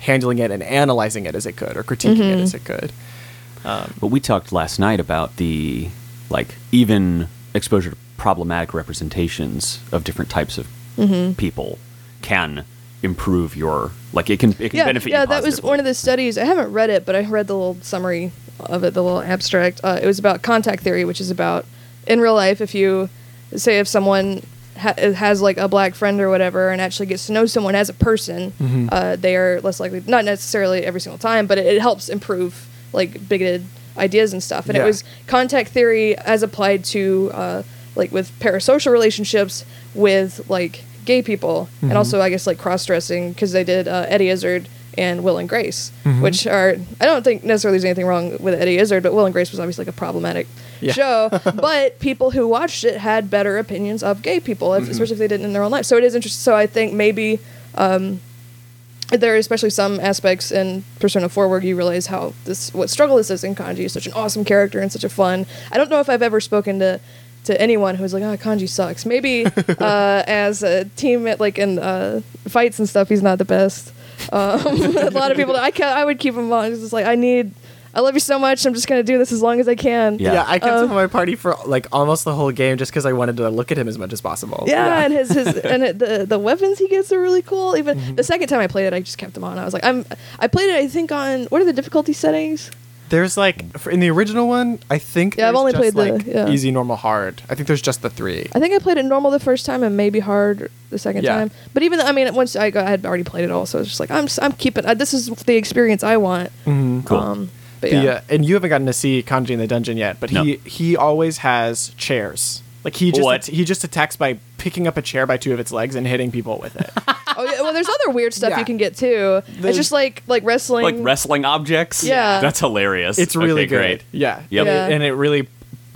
handling it and analyzing it as it could or critiquing it Mm-hmm. as it could. But we talked last night about the like even exposure to problematic representations of different types of Mm-hmm. people can improve your like it can it can yeah, benefit yeah you that was positively. one of the studies i haven't read it but i read the little summary of it the little abstract uh, it was about contact theory which is about in real life if you say if someone ha- has like a black friend or whatever and actually gets to know someone as a person Mm-hmm. uh, they are less likely not necessarily every single time but it, it helps improve like bigoted ideas and stuff. And Yeah. it was contact theory as applied to uh, like with parasocial relationships with like gay people, and also I guess like cross dressing because they did uh, Eddie Izzard and Will and Grace, which are I don't think necessarily there's anything wrong with Eddie Izzard, but Will and Grace was obviously like a problematic Yeah. show. but people who watched it had better opinions of gay people, if, especially if they didn't in their own life. So it is interesting. So I think maybe there are especially some aspects in Persona 4 where you realize how this what struggle this is in Kanji is such an awesome character and such a fun. I don't know if I've ever spoken to to anyone who's like, oh, Kanji sucks. Maybe uh, as a teammate, like in uh, fights and stuff, he's not the best. Um, a lot of people, I ca- I would keep him on. It's just like I need, I love you so much. I'm just gonna do this as long as I can. Yeah. Yeah, I kept Oh. him on my party for like almost the whole game just because I wanted to look at him as much as possible. Yeah, and his his and it, the the weapons he gets are really cool. Even the second time I played it, I just kept them on. I was like, I'm I played it. I think on what are the difficulty settings? There's like for- in the original one, I think Yeah, I've there's only just, played like, the- yeah. easy, normal, hard. I think there's just the three. I think I played it normal the first time and maybe hard the second Yeah. time. But even though, I mean, once I got, I had already played it all, so it's just like I'm s- I'm keeping uh, this is the experience I want. Cool. Um, but Mm. The, yeah, uh, and you haven't gotten to see Kanji in the dungeon yet, but No. he he always has chairs. Like he just What? he just attacks by picking up a chair by two of its legs and hitting people with it. oh yeah. Well, there's other weird stuff Yeah. you can get too. There's- it's just like like wrestling. like wrestling objects. Yeah. that's hilarious. It's really Okay, good. great. Yeah. Yep. Yeah. And it really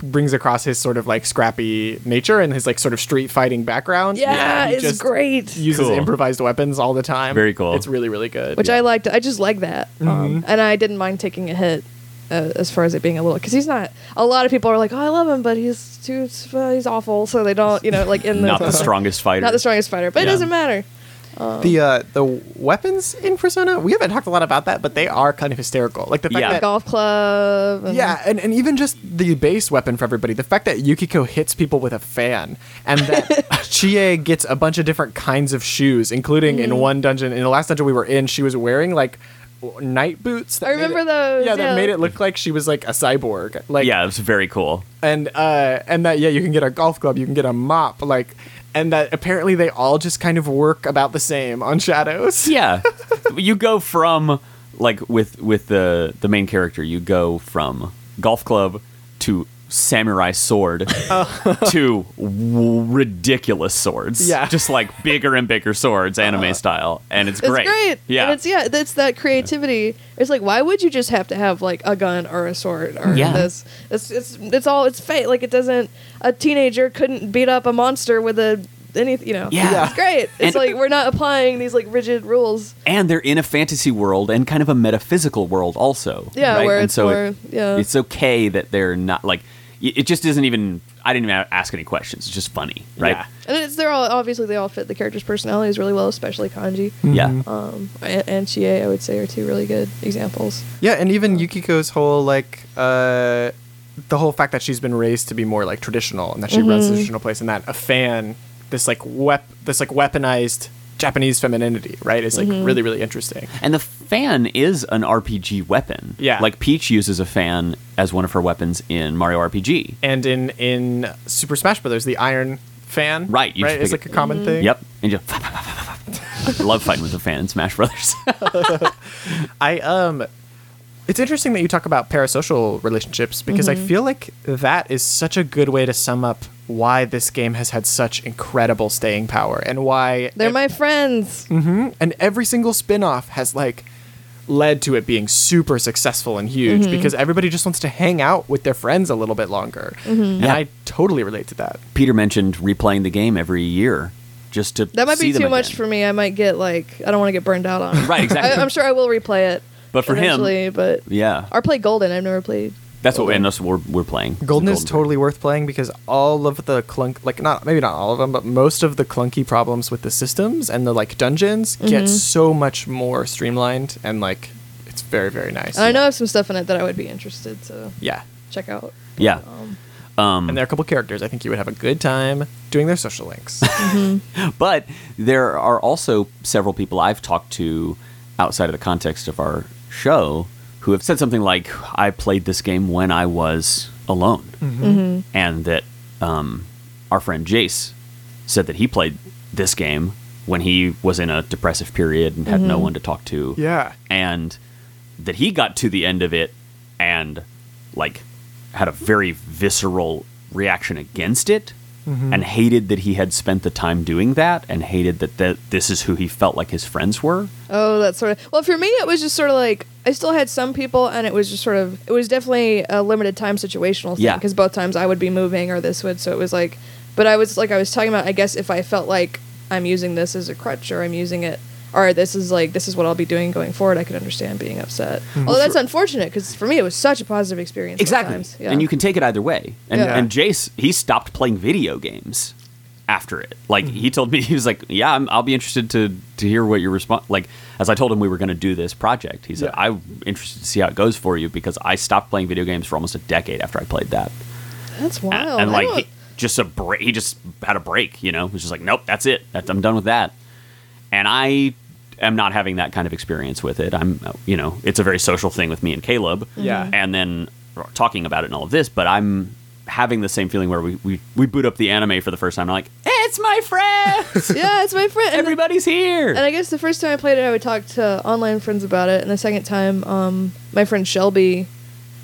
brings across his sort of like scrappy nature and his like sort of street fighting background. yeah, He it's just great. Uses Cool. improvised weapons all the time. Very cool. It's really really good. which I liked. I just like that, Mm-hmm. um, and I didn't mind taking a hit uh, as far as it being a little because he's not. A lot of people are like, "Oh, I love him, but he's too uh, he's awful," so they don't, you know, like in the Not the strongest fighter. not the strongest fighter, but Yeah. it doesn't matter. the Um, uh, the weapons in Persona, we haven't talked a lot about that, but they are kind of hysterical. Like the fact Yeah. that Golf club. And yeah, and, and even just the base weapon for everybody. The fact that Yukiko hits people with a fan, and that Chie gets a bunch of different kinds of shoes, including Mm-hmm. in one dungeon. In the last dungeon we were in, she was wearing like w- night boots. That I made remember it- those, Yeah, that yeah. made it look like she was like a cyborg. Like yeah, it's very cool. and uh, and that yeah, you can get a golf club, you can get a mop, like, and that apparently they all just kind of work about the same on Shadows. Yeah, you go from like with with the the main character, you go from golf club to samurai sword to w- ridiculous swords. Yeah. just like bigger and bigger swords, anime style, and it's Uh-huh. It's great. great. Yeah, And it's yeah, that's that creativity. It's like why would you just have to have like a gun or a sword or Yeah. this? It's it's it's all it's fate. Like it doesn't a teenager couldn't beat up a monster with a any you know. Yeah. Yeah. It's great. And- It's like we're not applying these like rigid rules. and they're in a fantasy world and kind of a metaphysical world also. Yeah, right? where and it's so more- it- yeah. it's okay that they're not like y- it just isn't even. I didn't even ask any questions. It's just funny, right? And it's they're all obviously they all fit the characters' personalities really well, especially Kanji. Yeah. Um and, and Chie, I would say, are two really good examples. Yeah, and even Yukiko's whole like uh the whole fact that she's been raised to be more like traditional and that she runs a traditional place and that a fan this like wep this like weaponized Japanese femininity, right? Is like really really interesting. And the fan is an RPG weapon. Yeah. Like Peach uses a fan as one of her weapons in Mario RPG. And in in Super Smash Brothers, the iron fan, Right, you right, just is pick like a common thing. Yep. And you love fighting with a fan in Smash Brothers. I um it's interesting that you talk about parasocial relationships because I feel like that is such a good way to sum up why this game has had such incredible staying power and why They're my friends. and every single spin-off has like led to it being super successful and huge Mm-hmm. because everybody just wants to hang out with their friends a little bit longer Mm-hmm. and Yeah. i totally relate to that Peter mentioned replaying the game every year just to That might see be them too much again. for me. I might get like I don't want to get burned out on. it. Right, exactly. I, I'm sure I will replay it. But for him- eventually, but Yeah. or play Golden. I've never played. That's what we, and that's what we're, we're playing. golden It's is a totally worth playing because all of the clunk like not maybe not all of them but most of the clunky problems with the systems and the like dungeons Mm-hmm. get so much more streamlined and like it's very very nice And I know I have some stuff in it that I would be interested to yeah check out. Yeah. and there are a couple characters i think you would have a good time doing their social links But there are also several people I've talked to outside of the context of our show who have said something like, I played this game when I was alone. And that um, our friend Jace said that he played this game when he was in a depressive period and had no one to talk to. yeah And that he got to the end of it and like had a very visceral reaction against it and hated that he had spent the time doing that and hated that th- this is who he felt like his friends were. Oh, that's sort of. Well, for me, it was just sort of like I still had some people, and it was just sort of. It was definitely a limited time situational thing Yeah. because both times I would be moving or this would, so it was like. But I was like I was talking about. I guess if I felt like I'm using this as a crutch or I'm using it. Or this is like this is what I'll be doing going forward. I could understand being upset. Although that's unfortunate because for me it was such a positive experience. at times. Yeah. And you can take it either way. And, Yeah. and Jace, he stopped playing video games after it. Like, he told me, he was like, Yeah, I'm, I'll be interested to, to hear what your response. Like, as I told him we were going to do this project, he said, Yeah. I'm interested to see how it goes for you because I stopped playing video games for almost a decade after I played that. that's A- wild. and Oh, I like don't- he, just a break he just had a break you know it was just like nope that's it That- i'm done with that and i am not having that kind of experience with it i'm uh, you know it's a very social thing with me and caleb Yeah. and then r- talking about it and all of this but i'm having the same feeling where we we, we boot up the anime for the first time and i'm like it's my friend yeah, it's my friend. and- everybody's here And I guess the first time I played it, I would talk to online friends about it, and the second time, um, my friend Shelby,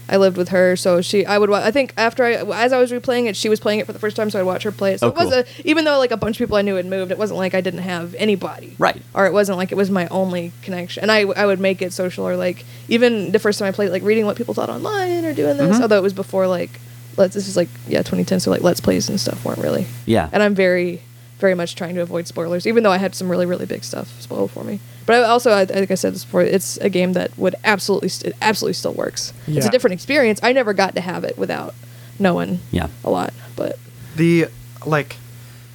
I lived with her, so she, I would, wa- I think after I, as I was replaying it, she was playing it for the first time, so I'd watch her play it. So Oh, it was cool. a, even though like a bunch of people I knew had moved, it wasn't like I didn't have anybody, Right. Or it wasn't like it was my only connection, and I, I would make it social, or like even the first time I played, it, like reading what people thought online or doing Mm-hmm. this, although it was before like, let's, this is like yeah, 2010, so like let's plays and stuff weren't really yeah and I'm very, very much trying to avoid spoilers, even though I had some really, really big stuff spoiled for me. But I also, I, I think I said this before, it's a game that would absolutely, st- it absolutely still works. It's Yeah. a different experience. I never got to have it without knowing Yeah. a lot, but the like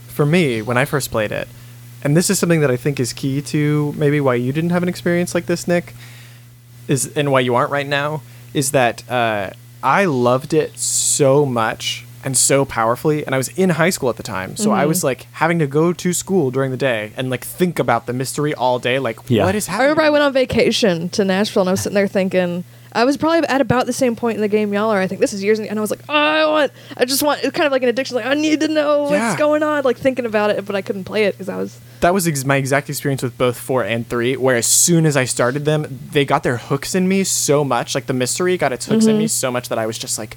for me when i first played it and this is something that i think is key to maybe why you didn't have an experience like this nick is and why you aren't right now is that uh, i loved it so much and so powerfully and i was in high school at the time so Mm-hmm. i was like having to go to school during the day and like think about the mystery all day like Yeah. what is I happening remember I went on vacation to Nashville and I was sitting there thinking, I was probably at about the same point in the game y'all are. I think this is years, and I was like, oh, I want, I just want, it's kind of like an addiction. Like I need to know what's Yeah. going on, like thinking about it, but I couldn't play it because I was that was ex- my exact experience with both four and three where as soon as i started them they got their hooks in me so much like the mystery got its hooks in me so much that i was just like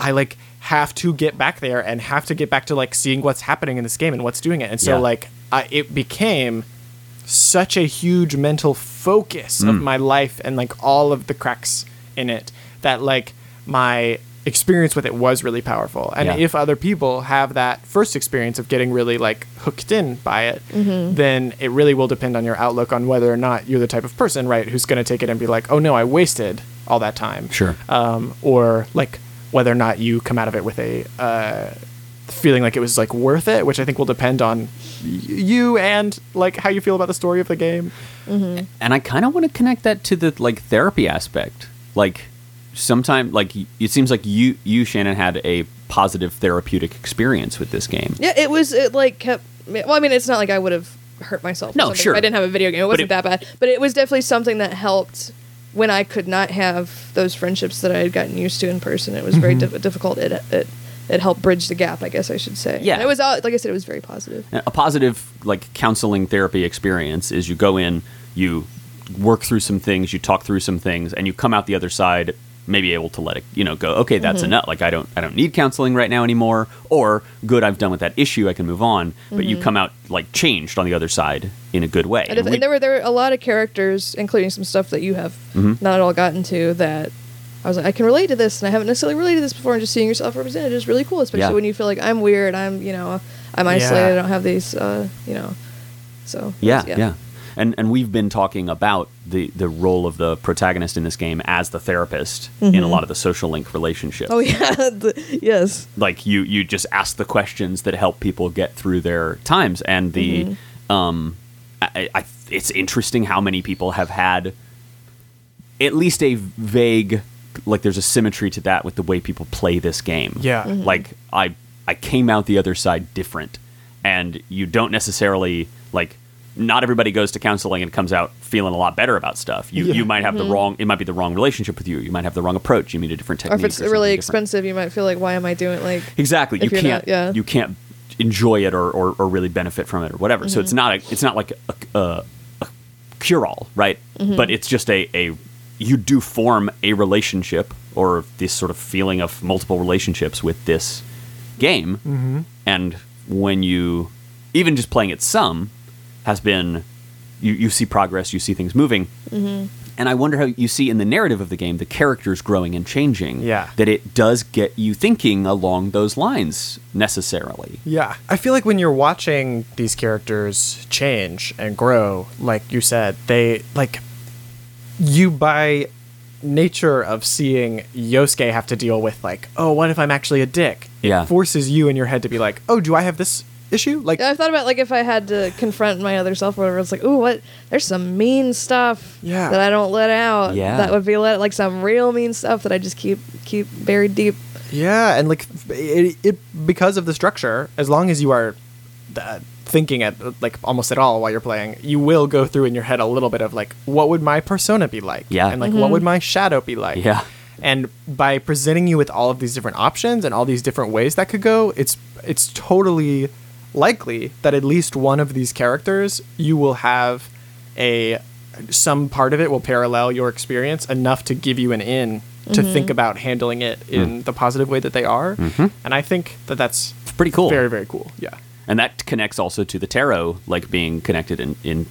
i like have to get back there and have to get back to like seeing what's happening in this game and what's doing it and so Yeah. like I, it became such a huge mental focus of my life and like all of the cracks in it that like my experience with it was really powerful and Yeah. if other people have that first experience of getting really like hooked in by it then it really will depend on your outlook on whether or not you're the type of person right who's going to take it and be like oh no i wasted all that time Sure. um, or like whether or not you come out of it with a uh, feeling like it was like worth it which i think will depend on y- you and like how you feel about the story of the game and I kind of want to connect that to the like therapy aspect. Like sometime like y- it seems like you you Shannon had a positive therapeutic experience with this game. Yeah, it was. It like kept. Well, I mean, it's not like I would have hurt myself. or No, something sure. If I didn't have a video game. It wasn't it- that bad, but it was definitely something that helped when I could not have those friendships that I had gotten used to in person. It was very Mm-hmm. diff- difficult. It it it helped bridge the gap, I guess I should say. Yeah. and it was all like I said, it was very positive. A positive like counseling therapy experience is you go in, you work through some things, you talk through some things, and you come out the other side maybe able to let it you know go okay Mm-hmm. that's enough like i don't i don't need counseling right now anymore or good i've done with that issue i can move on but you come out like changed on the other side in a good way Mm-hmm. And, if, we- and there were there were a lot of characters, including some stuff that you have Mm-hmm. not at all gotten to that. I was like, I can relate to this, and I haven't necessarily related to this before. And just seeing yourself represented is really cool, especially Yeah. when you feel like I'm weird, I'm you know, I'm isolated, Yeah. I don't have these, uh, you know, so Yeah, yeah. And and we've been talking about the the role of the protagonist in this game as the therapist in a lot of the social link relationships. Mm-hmm. Oh yeah, the- yes. Like you you just ask the questions that help people get through their times and the Mm-hmm. um I, I it's interesting how many people have had at least a vague like there's a symmetry to that with the way people play this game. Yeah. Mm-hmm. Mhm. Like I I came out the other side different and you don't necessarily like not everybody goes to counseling and comes out feeling a lot better about stuff. You Yeah. you might have the wrong it might be the wrong relationship with you. You might have the wrong approach. You need a different Mm-hmm. Or technique. if it's something really different. expensive, you might feel like, why am I doing like? Exactly. if You you're can't not- yeah. you can't enjoy it or, or, or really benefit from it or whatever. So it's Mm-hmm. not a, it's not like a, a, a Mm-hmm. cure all, right? But it's just a, a you do form a relationship or this sort of feeling of multiple relationships with this game. Mm-hmm. And when you, even just playing it some, has been, you, you see progress, you see things moving. Mm-hmm. And I wonder how you see in the narrative of the game the characters growing and changing. Yeah. That it does get you thinking along those lines necessarily. Yeah. I feel like when you're watching these characters change and grow, like you said, they like you by nature of seeing Yosuke have to deal with like, oh, what if I'm actually a dick? Yeah. It forces you in your head to be like, oh, do I have this issue? Like I've thought about like if I had to confront my other self or whatever. It's like, ooh, what? There's some mean stuff Yeah. that I don't let out. Yeah. that would be let like some real mean stuff that I just keep keep buried deep. Yeah, and like it, it because of the structure. As long as you are uh, thinking at like almost at all while you're playing, you will go through in your head a little bit of like, what would my persona be like? Yeah. and like, what would my shadow be like? Yeah. and by presenting you with all of these different options and all these different ways that could go, it's it's totally likely that at least one of these characters you will have a some part of it will parallel your experience enough to give you an in to think about handling it in the positive way that they are. And I think that that's Pretty cool. Very very cool. Yeah. and that connects also to the tarot like being connected in, in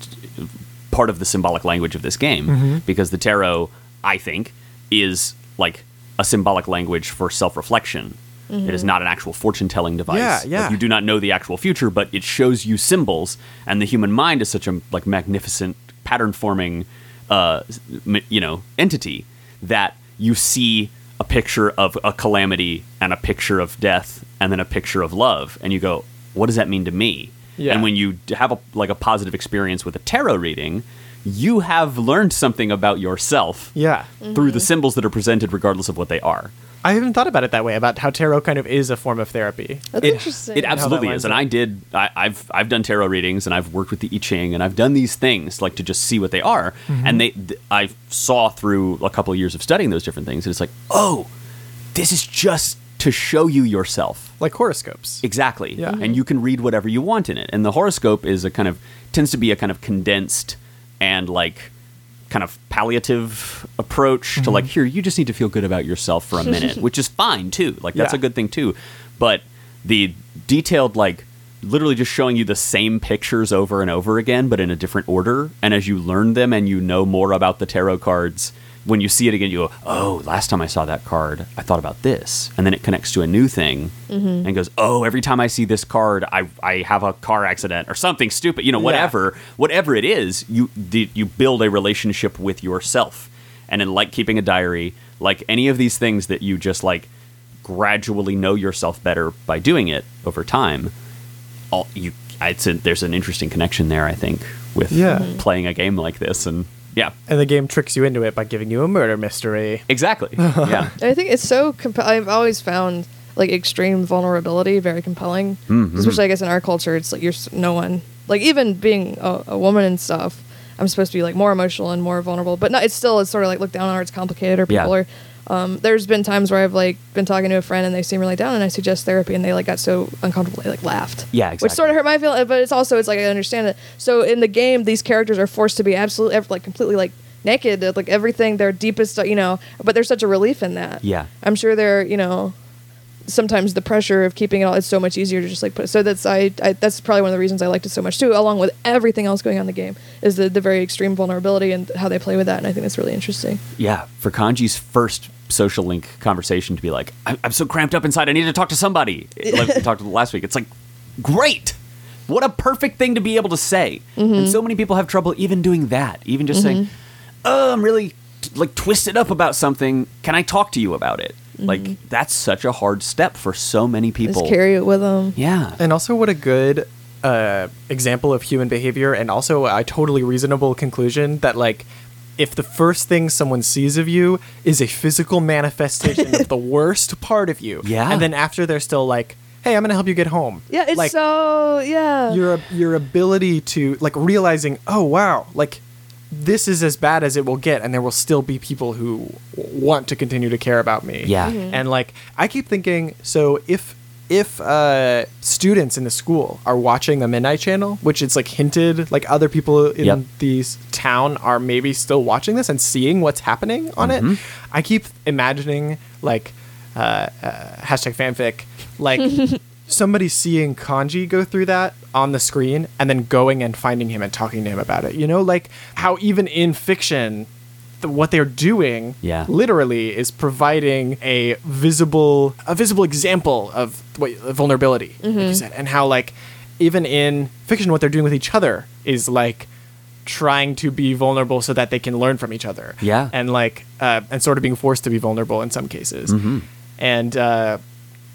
part of the symbolic language of this game Mm-hmm. because the tarot i think is like a symbolic language for self-reflection It is not an actual fortune-telling device Mm-hmm. Yeah, Like, yeah. you do not know the actual future but it shows you symbols and the human mind is such a like magnificent pattern forming uh m- you know entity that you see a picture of a calamity and a picture of death and then a picture of love and you go what does that mean to me Yeah. and when you d- have a, like a positive experience with a tarot reading you have learned something about yourself Yeah. Mm-hmm. through the symbols that are presented regardless of what they are I haven't thought about it that way about how tarot kind of is a form of therapy. That's it, interesting. it absolutely lines is and up. i did I, i've i've done tarot readings and i've worked with the i ching and i've done these things like to just see what they are Mm-hmm. and they th- i saw through a couple of years of studying those different things and it's like oh this is just to show you yourself Like horoscopes. Exactly. Yeah. Mm-hmm. Mhm. And you can read whatever you want in it. And the horoscope is a kind of tends to be a kind of condensed and like kind of palliative approach to like here you just need to feel good about yourself for a minute, which is fine too. Like that's Yeah. a good thing too. But the detailed like literally just showing you the same pictures over and over again but in a different order and as you learn them and you know more about the tarot cards when you see it again you go oh last time i saw that card i thought about this and then it connects to a new thing and goes oh every time i see this card i, I have a car accident or something stupid you know whatever whatever it is you the, you build a relationship with yourself and then like keeping a diary like any of these things that you just like gradually know yourself better by doing it over time all you it's a, there's an interesting connection there i think with Yeah. Mhm. playing a game like this and yeah And the game tricks you into it by giving you a murder mystery. exactly yeah I think it's so compelling. I've always found like extreme vulnerability very compelling, Mm-hmm. especially I guess in our culture. It's like you're s- no one. Like even being a, a woman and stuff, I'm supposed to be like more emotional and more vulnerable. But no, it's still it's sort of like looked down on or it's complicated or Yeah. people are. Um, there's been times where I've like been talking to a friend and they seem really down and I suggest therapy and they like got so uncomfortable they like laughed. Yeah, Which exactly. sort of hurt my feeling, but it's also it's like I understand it. So in the game, these characters are forced to be absolutely like completely like naked, They're, like everything their deepest, you know. But there's such a relief in that. Yeah. I'm sure they're you know sometimes the pressure of keeping it all it's so much easier to just like put so that's I, I that's probably one of the reasons I liked it so much too along with everything else going on in the game is the, the very extreme vulnerability and how they play with that and I think that's really interesting yeah for kanji's first social link conversation to be like i'm, I'm so cramped up inside i need to talk to somebody like we talked last week it's like great what a perfect thing to be able to say and so many people have trouble even doing that even just saying oh i'm really t- like twisted up about something can i talk to you about it like that's such a hard step for so many people just carry it with them yeah And also, what a good uh, example of human behavior, and also a totally reasonable conclusion that, like, if the first thing someone sees of you is a physical manifestation of the worst part of you, Yeah. and then after they're still like, "Hey, I'm gonna help you get home." yeah it's like, so yeah your your ability to like realizing, oh wow, like this is as bad as it will get, and there will still be people who want to continue to care about me. Yeah. Mhm. and like I keep thinking, so if if uh, students in the school are watching the Midnight Channel, which it's like hinted, like other people in Yep. the s- town are maybe still watching this and seeing what's happening on it, Mm-hmm. I keep imagining like uh, uh, hashtag fanfic, like somebody seeing Kanji go through that on the screen and then going and finding him and talking to him about it. You know, like how even in fiction, the, what they're doing Yeah. literally is providing a visible a visible example of what vulnerability like you said and how like even in fiction what they're doing with each other is like trying to be vulnerable so that they can learn from each other Yeah. and like uh, and sort of being forced to be vulnerable in some cases Mm-hmm. and uh,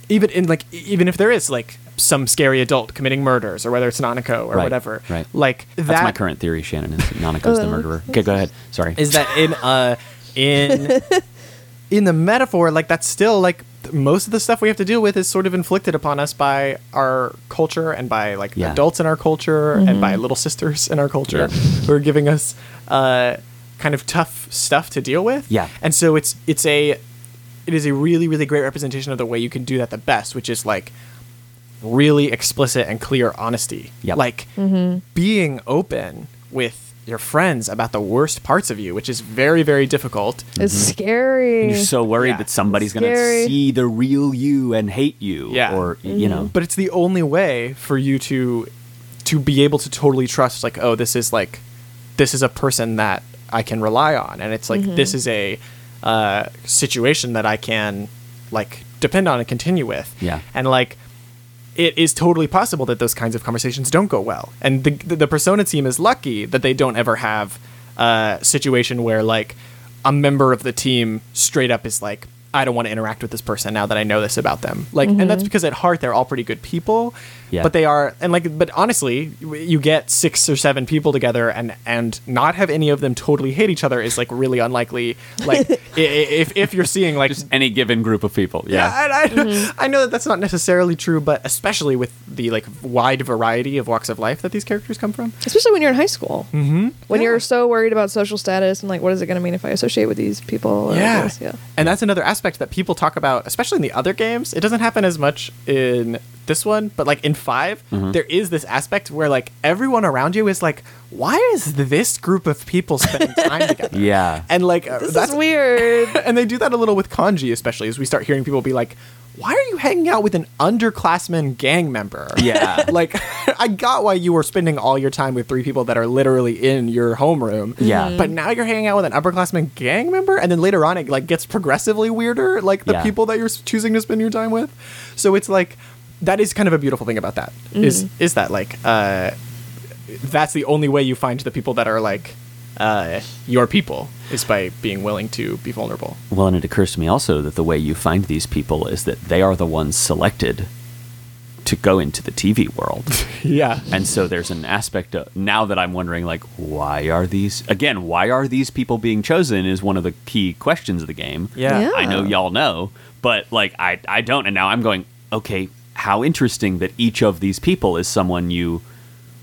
even in like e- even if there is like some scary adult committing murders or whether it's nanako or Right, whatever right. like that, That's my current theory, Shannon, is that Nanako's the murderer. Okay, go ahead. Sorry. is that in uh in in the metaphor like that's still like th- most of the stuff we have to deal with is sort of inflicted upon us by our culture and by like Yeah. adults in our culture and by little sisters in our culture Yeah. who are giving us uh kind of tough stuff to deal with Yeah. and so it's it's a it is a really really great representation of the way you can do that the best which is like really explicit and clear honesty. Yep. Like being open with your friends about the worst parts of you, which is very, very difficult. It's scary. Mm-hmm. You're so worried Yeah. that somebody's going to Scary. see the real you and hate you. Yeah. Or, y- you know. But it's the only way for you to to be able to totally trust like, oh, this is like this is a person that I can rely on. And it's like this is a uh, situation that I can like depend on and continue with. Yeah. And like it is totally possible that those kinds of conversations don't go well. And the the, the persona team is lucky that they don't ever have a situation where like a member of the team straight up is like I don't want to interact with this person now that I know this about them. Like and that's because at heart they're all pretty good people. Yeah. But they are and like but honestly, you get 6 or 7 people together and and not have any of them totally hate each other is like really unlikely. Like i- i- if if you're seeing like Any given group of people. yeah, and I, Mm-hmm. I know that that's not necessarily true, but especially with the like wide variety of walks of life that these characters come from. Especially when you're in high school. Mm-hmm. When you're so worried about social status and like, what is it going to mean if I associate with these people? Or Yeah. this? yeah. and that's another aspect that people talk about, especially in the other games. It doesn't happen as much in this one, but like in 5 there is this aspect where like everyone around you is like, why is this group of people spending time together? Yeah. And like uh, This that's is weird. and they do that a little with kanji, especially as we start hearing people be like, "Why are you hanging out with an underclassman gang member?" Yeah. like I got why you were spending all your time with three people that are literally in your homeroom. Yeah. Mhm. but now you're hanging out with an upperclassman gang member, and then later on it like gets progressively weirder, like the Yeah. people that you're s- choosing to spend your time with. So it's like that is kind of a beautiful thing about that is Mm-hmm. is that like uh that's the only way you find the people that are like uh, your people is by being willing to be vulnerable. Well, and it occurs to me also that the way you find these people is that they are the ones selected to go into the TV world. Yeah. and so there's an aspect of now that I'm wondering, like, why are these again? Why are these people being chosen? Is one of the key questions of the game. Yeah. Yeah. I know y'all know, but like, I I don't, and now I'm going. Okay, how interesting that each of these people is someone you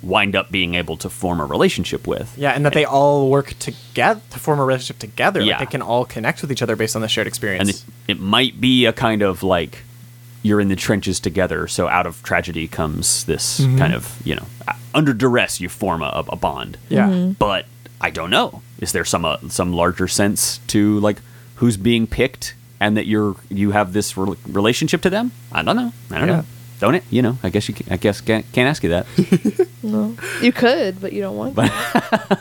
wind up being able to form a relationship with. Yeah, and that they all work together to form a relationship together. Yeah. Like they can all connect with each other based on the shared experience. and it, it might be a kind of like you're in the trenches together so out of tragedy comes this Mm-hmm. kind of you know uh, under duress you form a, a bond yeah. Mm-hmm. Mhm. but i don't know is there some uh, some larger sense to like who's being picked and that you're you have this rel relationship to them i don't know i don't Yeah. know don't it you know i guess you can, i guess can't, can't ask you that You could, but you don't want to.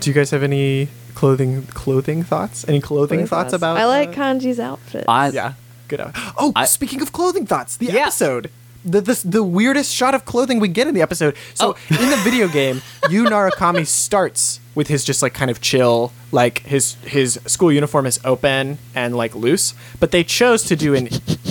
Do you guys have any clothing clothing thoughts? Any clothing thoughts about? I like uh, Kanji's outfit. I- yeah. Good. out- Oh, I- speaking of clothing thoughts, the Yeah. episode. The, this, the weirdest shot of clothing we get in the episode. So Oh. in the video game, Yu Narukami starts with his just like kind of chill, like his his school uniform is open and like loose, but they chose to do an,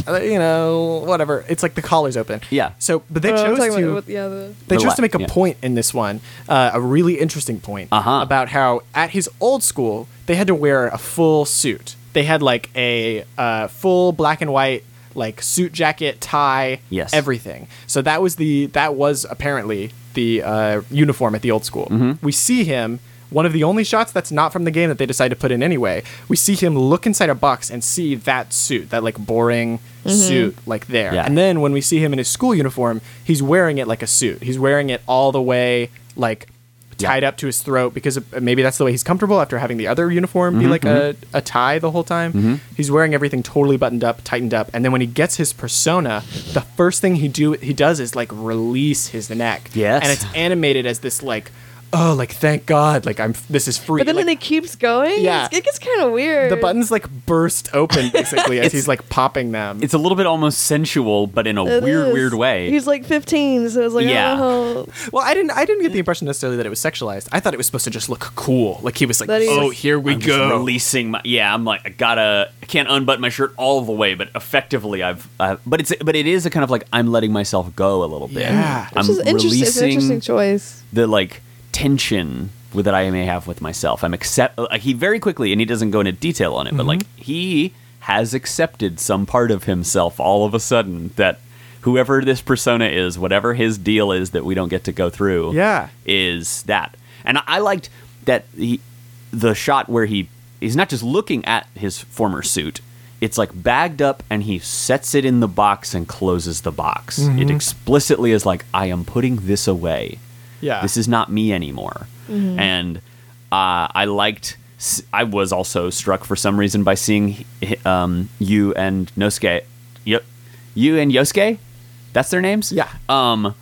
uh, you know, whatever. It's like the collar's open. Yeah. So, but they Oh, I'm chose talking about to. what- yeah, the- They The chose la- to make a yeah. point in this one, uh, a really interesting point Uh-huh. about how at his old school they had to wear a full suit. They had like a uh, full black and white like suit jacket, tie, Yes. everything. So Mm-hmm. that was the that was apparently the uh, uniform at the old school. We see him One of the only shots that's not from the game that they decide to put in anyway. We see him look inside a box and see that suit, that like boring suit, like there. Yeah. And then when we see him in his school uniform, he's wearing it like a suit. He's wearing it all the way like Yeah. tied up to his throat because of- maybe that's the way he's comfortable after having the other uniform Mm-hmm, be like a, a tie the whole time. He's wearing everything totally buttoned up, tightened up, and then when he gets his persona, the first thing he do he does is like release his neck. Yes. and it's animated as this like, oh, like thank God, like I'm this is free. But then Like, when it keeps going, Yeah. it's, it gets kind of weird. the buttons like burst open basically as It's- he's like popping them. It's a little bit almost sensual, but in a It weird, is. weird way. He's like 15, so it's like, Yeah. oh, Well, I didn't. I didn't get the impression necessarily that it was sexualized. I thought it was supposed to just look cool. Like he was like, That he "Oh, was- here we I'm just go." releasing my yeah. I'm like I gotta. I can't unbutton my shirt all the way, but effectively I've. Uh, but it's but it is a kind of like I'm letting myself go a little bit. Yeah. I'm which is interesting. It's an releasing interesting choice. the like tension with, that I may have with myself. I'm accept. Like, he very quickly, and he doesn't go into detail on it, but like Mm-hmm. he has accepted some part of himself all of a sudden that whoever this persona is, whatever his deal is that we don't get to go through, Yeah. is that. And I, I liked that he, the shot where he he's not just looking at his former suit. It's like bagged up, and he sets it in the box and closes the box. It explicitly is like, "I am putting this away." Yeah. Mm-hmm. This is not me anymore. And uh, I liked. s- I was also struck for some reason by seeing hi- um, you and Nosuke. Yep, you and Yosuke. That's their names. Yeah. Um,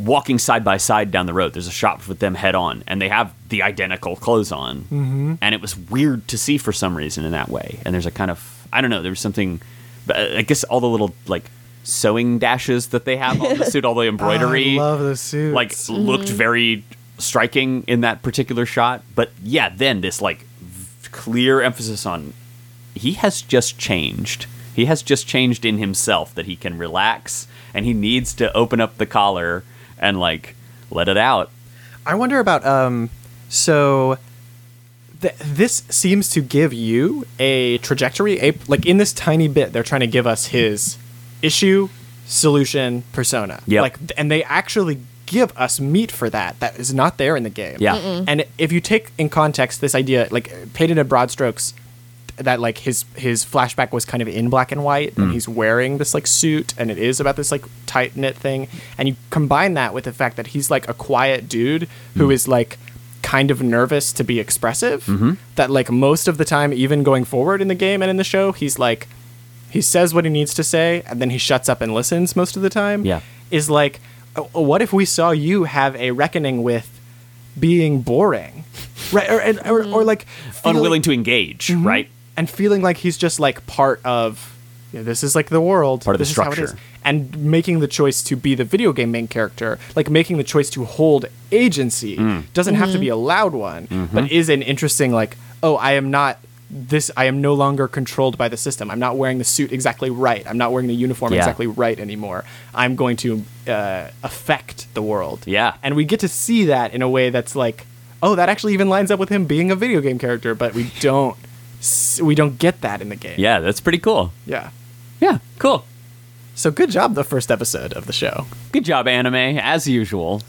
walking side by side down the road. There's a shop with them head on, and they have the identical clothes on. Mm-hmm. And it was weird to see for some reason in that way. And there's a kind of I don't know. There was something. but, uh, I guess all the little like sewing dashes that they have on the suit, all the embroidery Ah, I love those suits. like looked Mm-hmm. very striking in that particular shot. But yeah, then this like v- clear emphasis on he has just changed. He has just changed in himself that he can relax and he needs to open up the collar and like let it out. I wonder about um so th- this seems to give you a trajectory a like in this tiny bit they're trying to give us his issue solution persona Yep. like and they actually give us meat for that that is not there in the game Yeah. Mm-mm. and if you take in context this idea like painted in broad strokes that like his his flashback was kind of in black and white and he's wearing this like suit and it is about this like tight knit thing and you combine that with the fact that he's like a quiet dude who is like kind of nervous to be expressive that like most of the time even going forward in the game and in the show he's like he says what he needs to say and then he shuts up and listens most of the time Yeah. is like oh, oh, what if we saw you have a reckoning with being boring right or, and- or, or like Mm-hmm. feeling- Unwilling to engage, right? and feeling like he's just like part of you know, this is like the world Part of the this is how it structure. is. and making the choice to be the video game main character like making the choice to hold agency Mm. doesn't have to be a loud one Mm-hmm. but is an interesting like oh i am not this i am no longer controlled by the system i'm not wearing the suit exactly right i'm not wearing the uniform Yeah. exactly right anymore i'm going to uh, affect the world Yeah. and we get to see that in a way that's like, oh, that actually even lines up with him being a video game character, but we don't s- we don't get that in the game. Yeah, that's pretty cool. Yeah. Yeah, cool. So good job the first episode of the show. Good job, anime, as usual.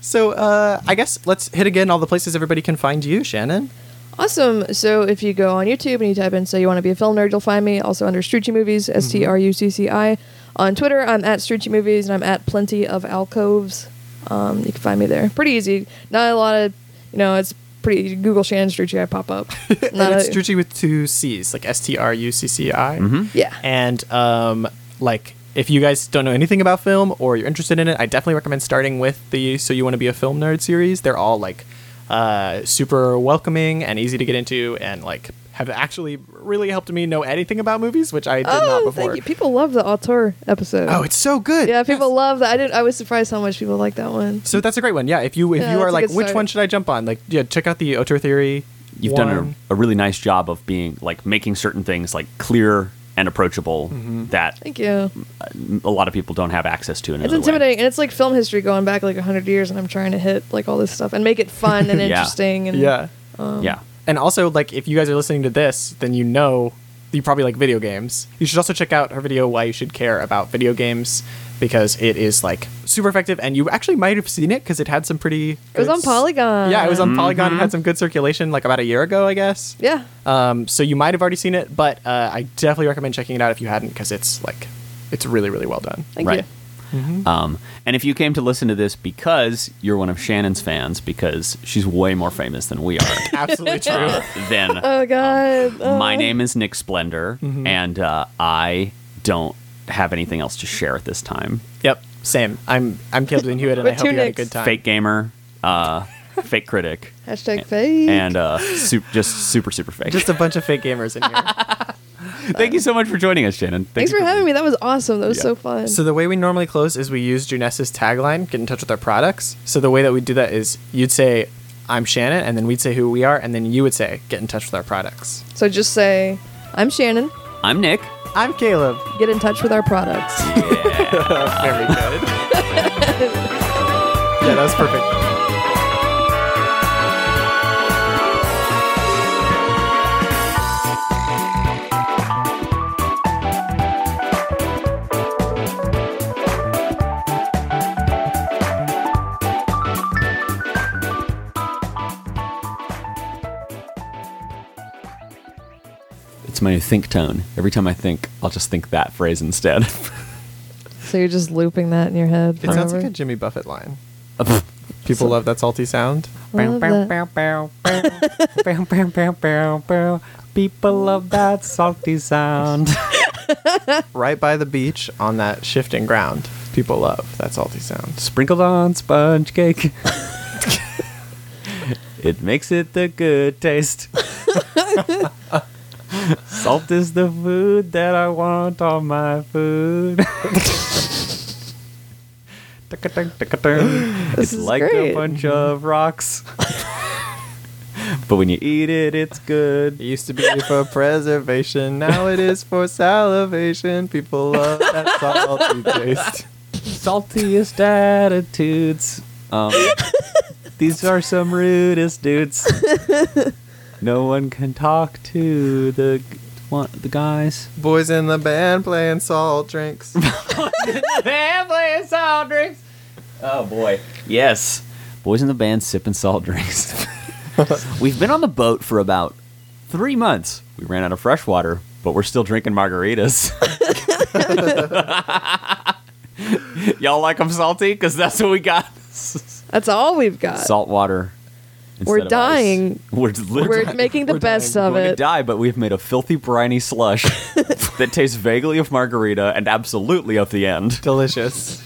So uh, I guess let's hit again all the places everybody can find you, Shannon. Awesome. So if you go on YouTube and you type in "say you want to be a film nerd," you'll find me. Also under Strucci Movies, Mm-hmm. S T R U C C I. On Twitter, I'm at Strucci Movies, and I'm at Plenty of Alcoves. Um, you can find me there. Pretty easy. Not a lot of, you know, it's pretty. you Google Shannon Strucci, I pop up. Not and it's a- Strucci with two C's, like S T R U C C I. Yeah. And um, like, if you guys don't know anything about film or you're interested in it, I definitely recommend starting with the "So You Want to Be a Film Nerd" series. They're all like uh, super welcoming and easy to get into, and like have actually really helped me know anything about movies, which I did not Oh, before. thank you. People love the auteur episode. Oh, it's so good. yeah, people love that. I didn't. I was surprised how much people like that one. So that's a great one. Yeah, if you if Yeah, you that's are a like, good which start. one should I jump on? Like, yeah, check out the Auteur Theory. You've one. done a, a really nice job of being like making certain things like clear and approachable Mm-hmm. that Thank you. a lot of people don't have access to in It's another way. intimidating, and it's like film history going back like hundred years, and I'm trying to hit like all this stuff and make it fun and Yeah. interesting. And yeah. yeah. And also, like, if you guys are listening to this, then you know you probably like video games. You should also check out her video "Why You Should Care About Video Games." because it is like super effective, and you actually might have seen it because it had some pretty. It was good on s- Polygon. Yeah, it was on Polygon. It had some good circulation, like about a year ago, I guess. Yeah. Um, so you might have already seen it, but uh, I definitely recommend checking it out if you hadn't, because it's like, it's really, really well done. Thank Right. you. Mm-hmm. Um, and if you came to listen to this because you're one of Shannon's fans, because she's way more famous than we are, Absolutely true. then Oh god. Uh, Um, my name is Nick Splendor, Mm-hmm. and uh, I don't have anything else to share at this time. yep, same. I'm I'm Kilden Hewitt, and I With hope two you had a Nicks. good time. Fake gamer, uh, fake critic, Hashtag fake. and uh, su- just super super fake. Just a bunch of fake gamers in here. Thank you so much for joining us, Shannon. Thank Thanks you for having me. That was awesome. That was Yeah. so fun. So the way we normally close is we use Junessa's tagline, get in touch with our products. So the way that we do that is you'd say, I'm Shannon, and then we'd say who we are, and then you would say, get in touch with our products. so just say, I'm Shannon. I'm Nick. I'm Caleb. Get in touch with our products. Very good. yeah, that was perfect. It's my new think tone. Every time I think, I'll just think that phrase instead. So you're just looping that in your head. It sounds forever? like a Jimmy Buffett line. Uh, People love that salty sound. Love that. People love that salty sound. Right by the beach on that shifting ground. People love that salty sound. Sprinkled on sponge cake. it makes it the good taste. Salt is the food that I want on my food. Tuck-a-tuck, tuck-a-tuck. This it's is like great. a A bunch of rocks. But when you eat it, it's good. It used to be for preservation, now it is for salivation. People love that salty taste. Saltiest attitudes. Um, These are some rudest dudes. no one can talk to the g- one, the guys. Boys in the band playing salt drinks. Oh boy. Yes. Boys in the band sipping salt drinks. We've been on the boat for about three months. We ran out of fresh water, but we're still drinking margaritas. Y'all like them salty? Because that's what we got. That's all we've got. Salt water. instead Uh, We're of ice. dying. We're, literally We're making the best of We're going it. to die, but we've made a filthy, briny slush that tastes vaguely of margarita and absolutely of the end. Delicious.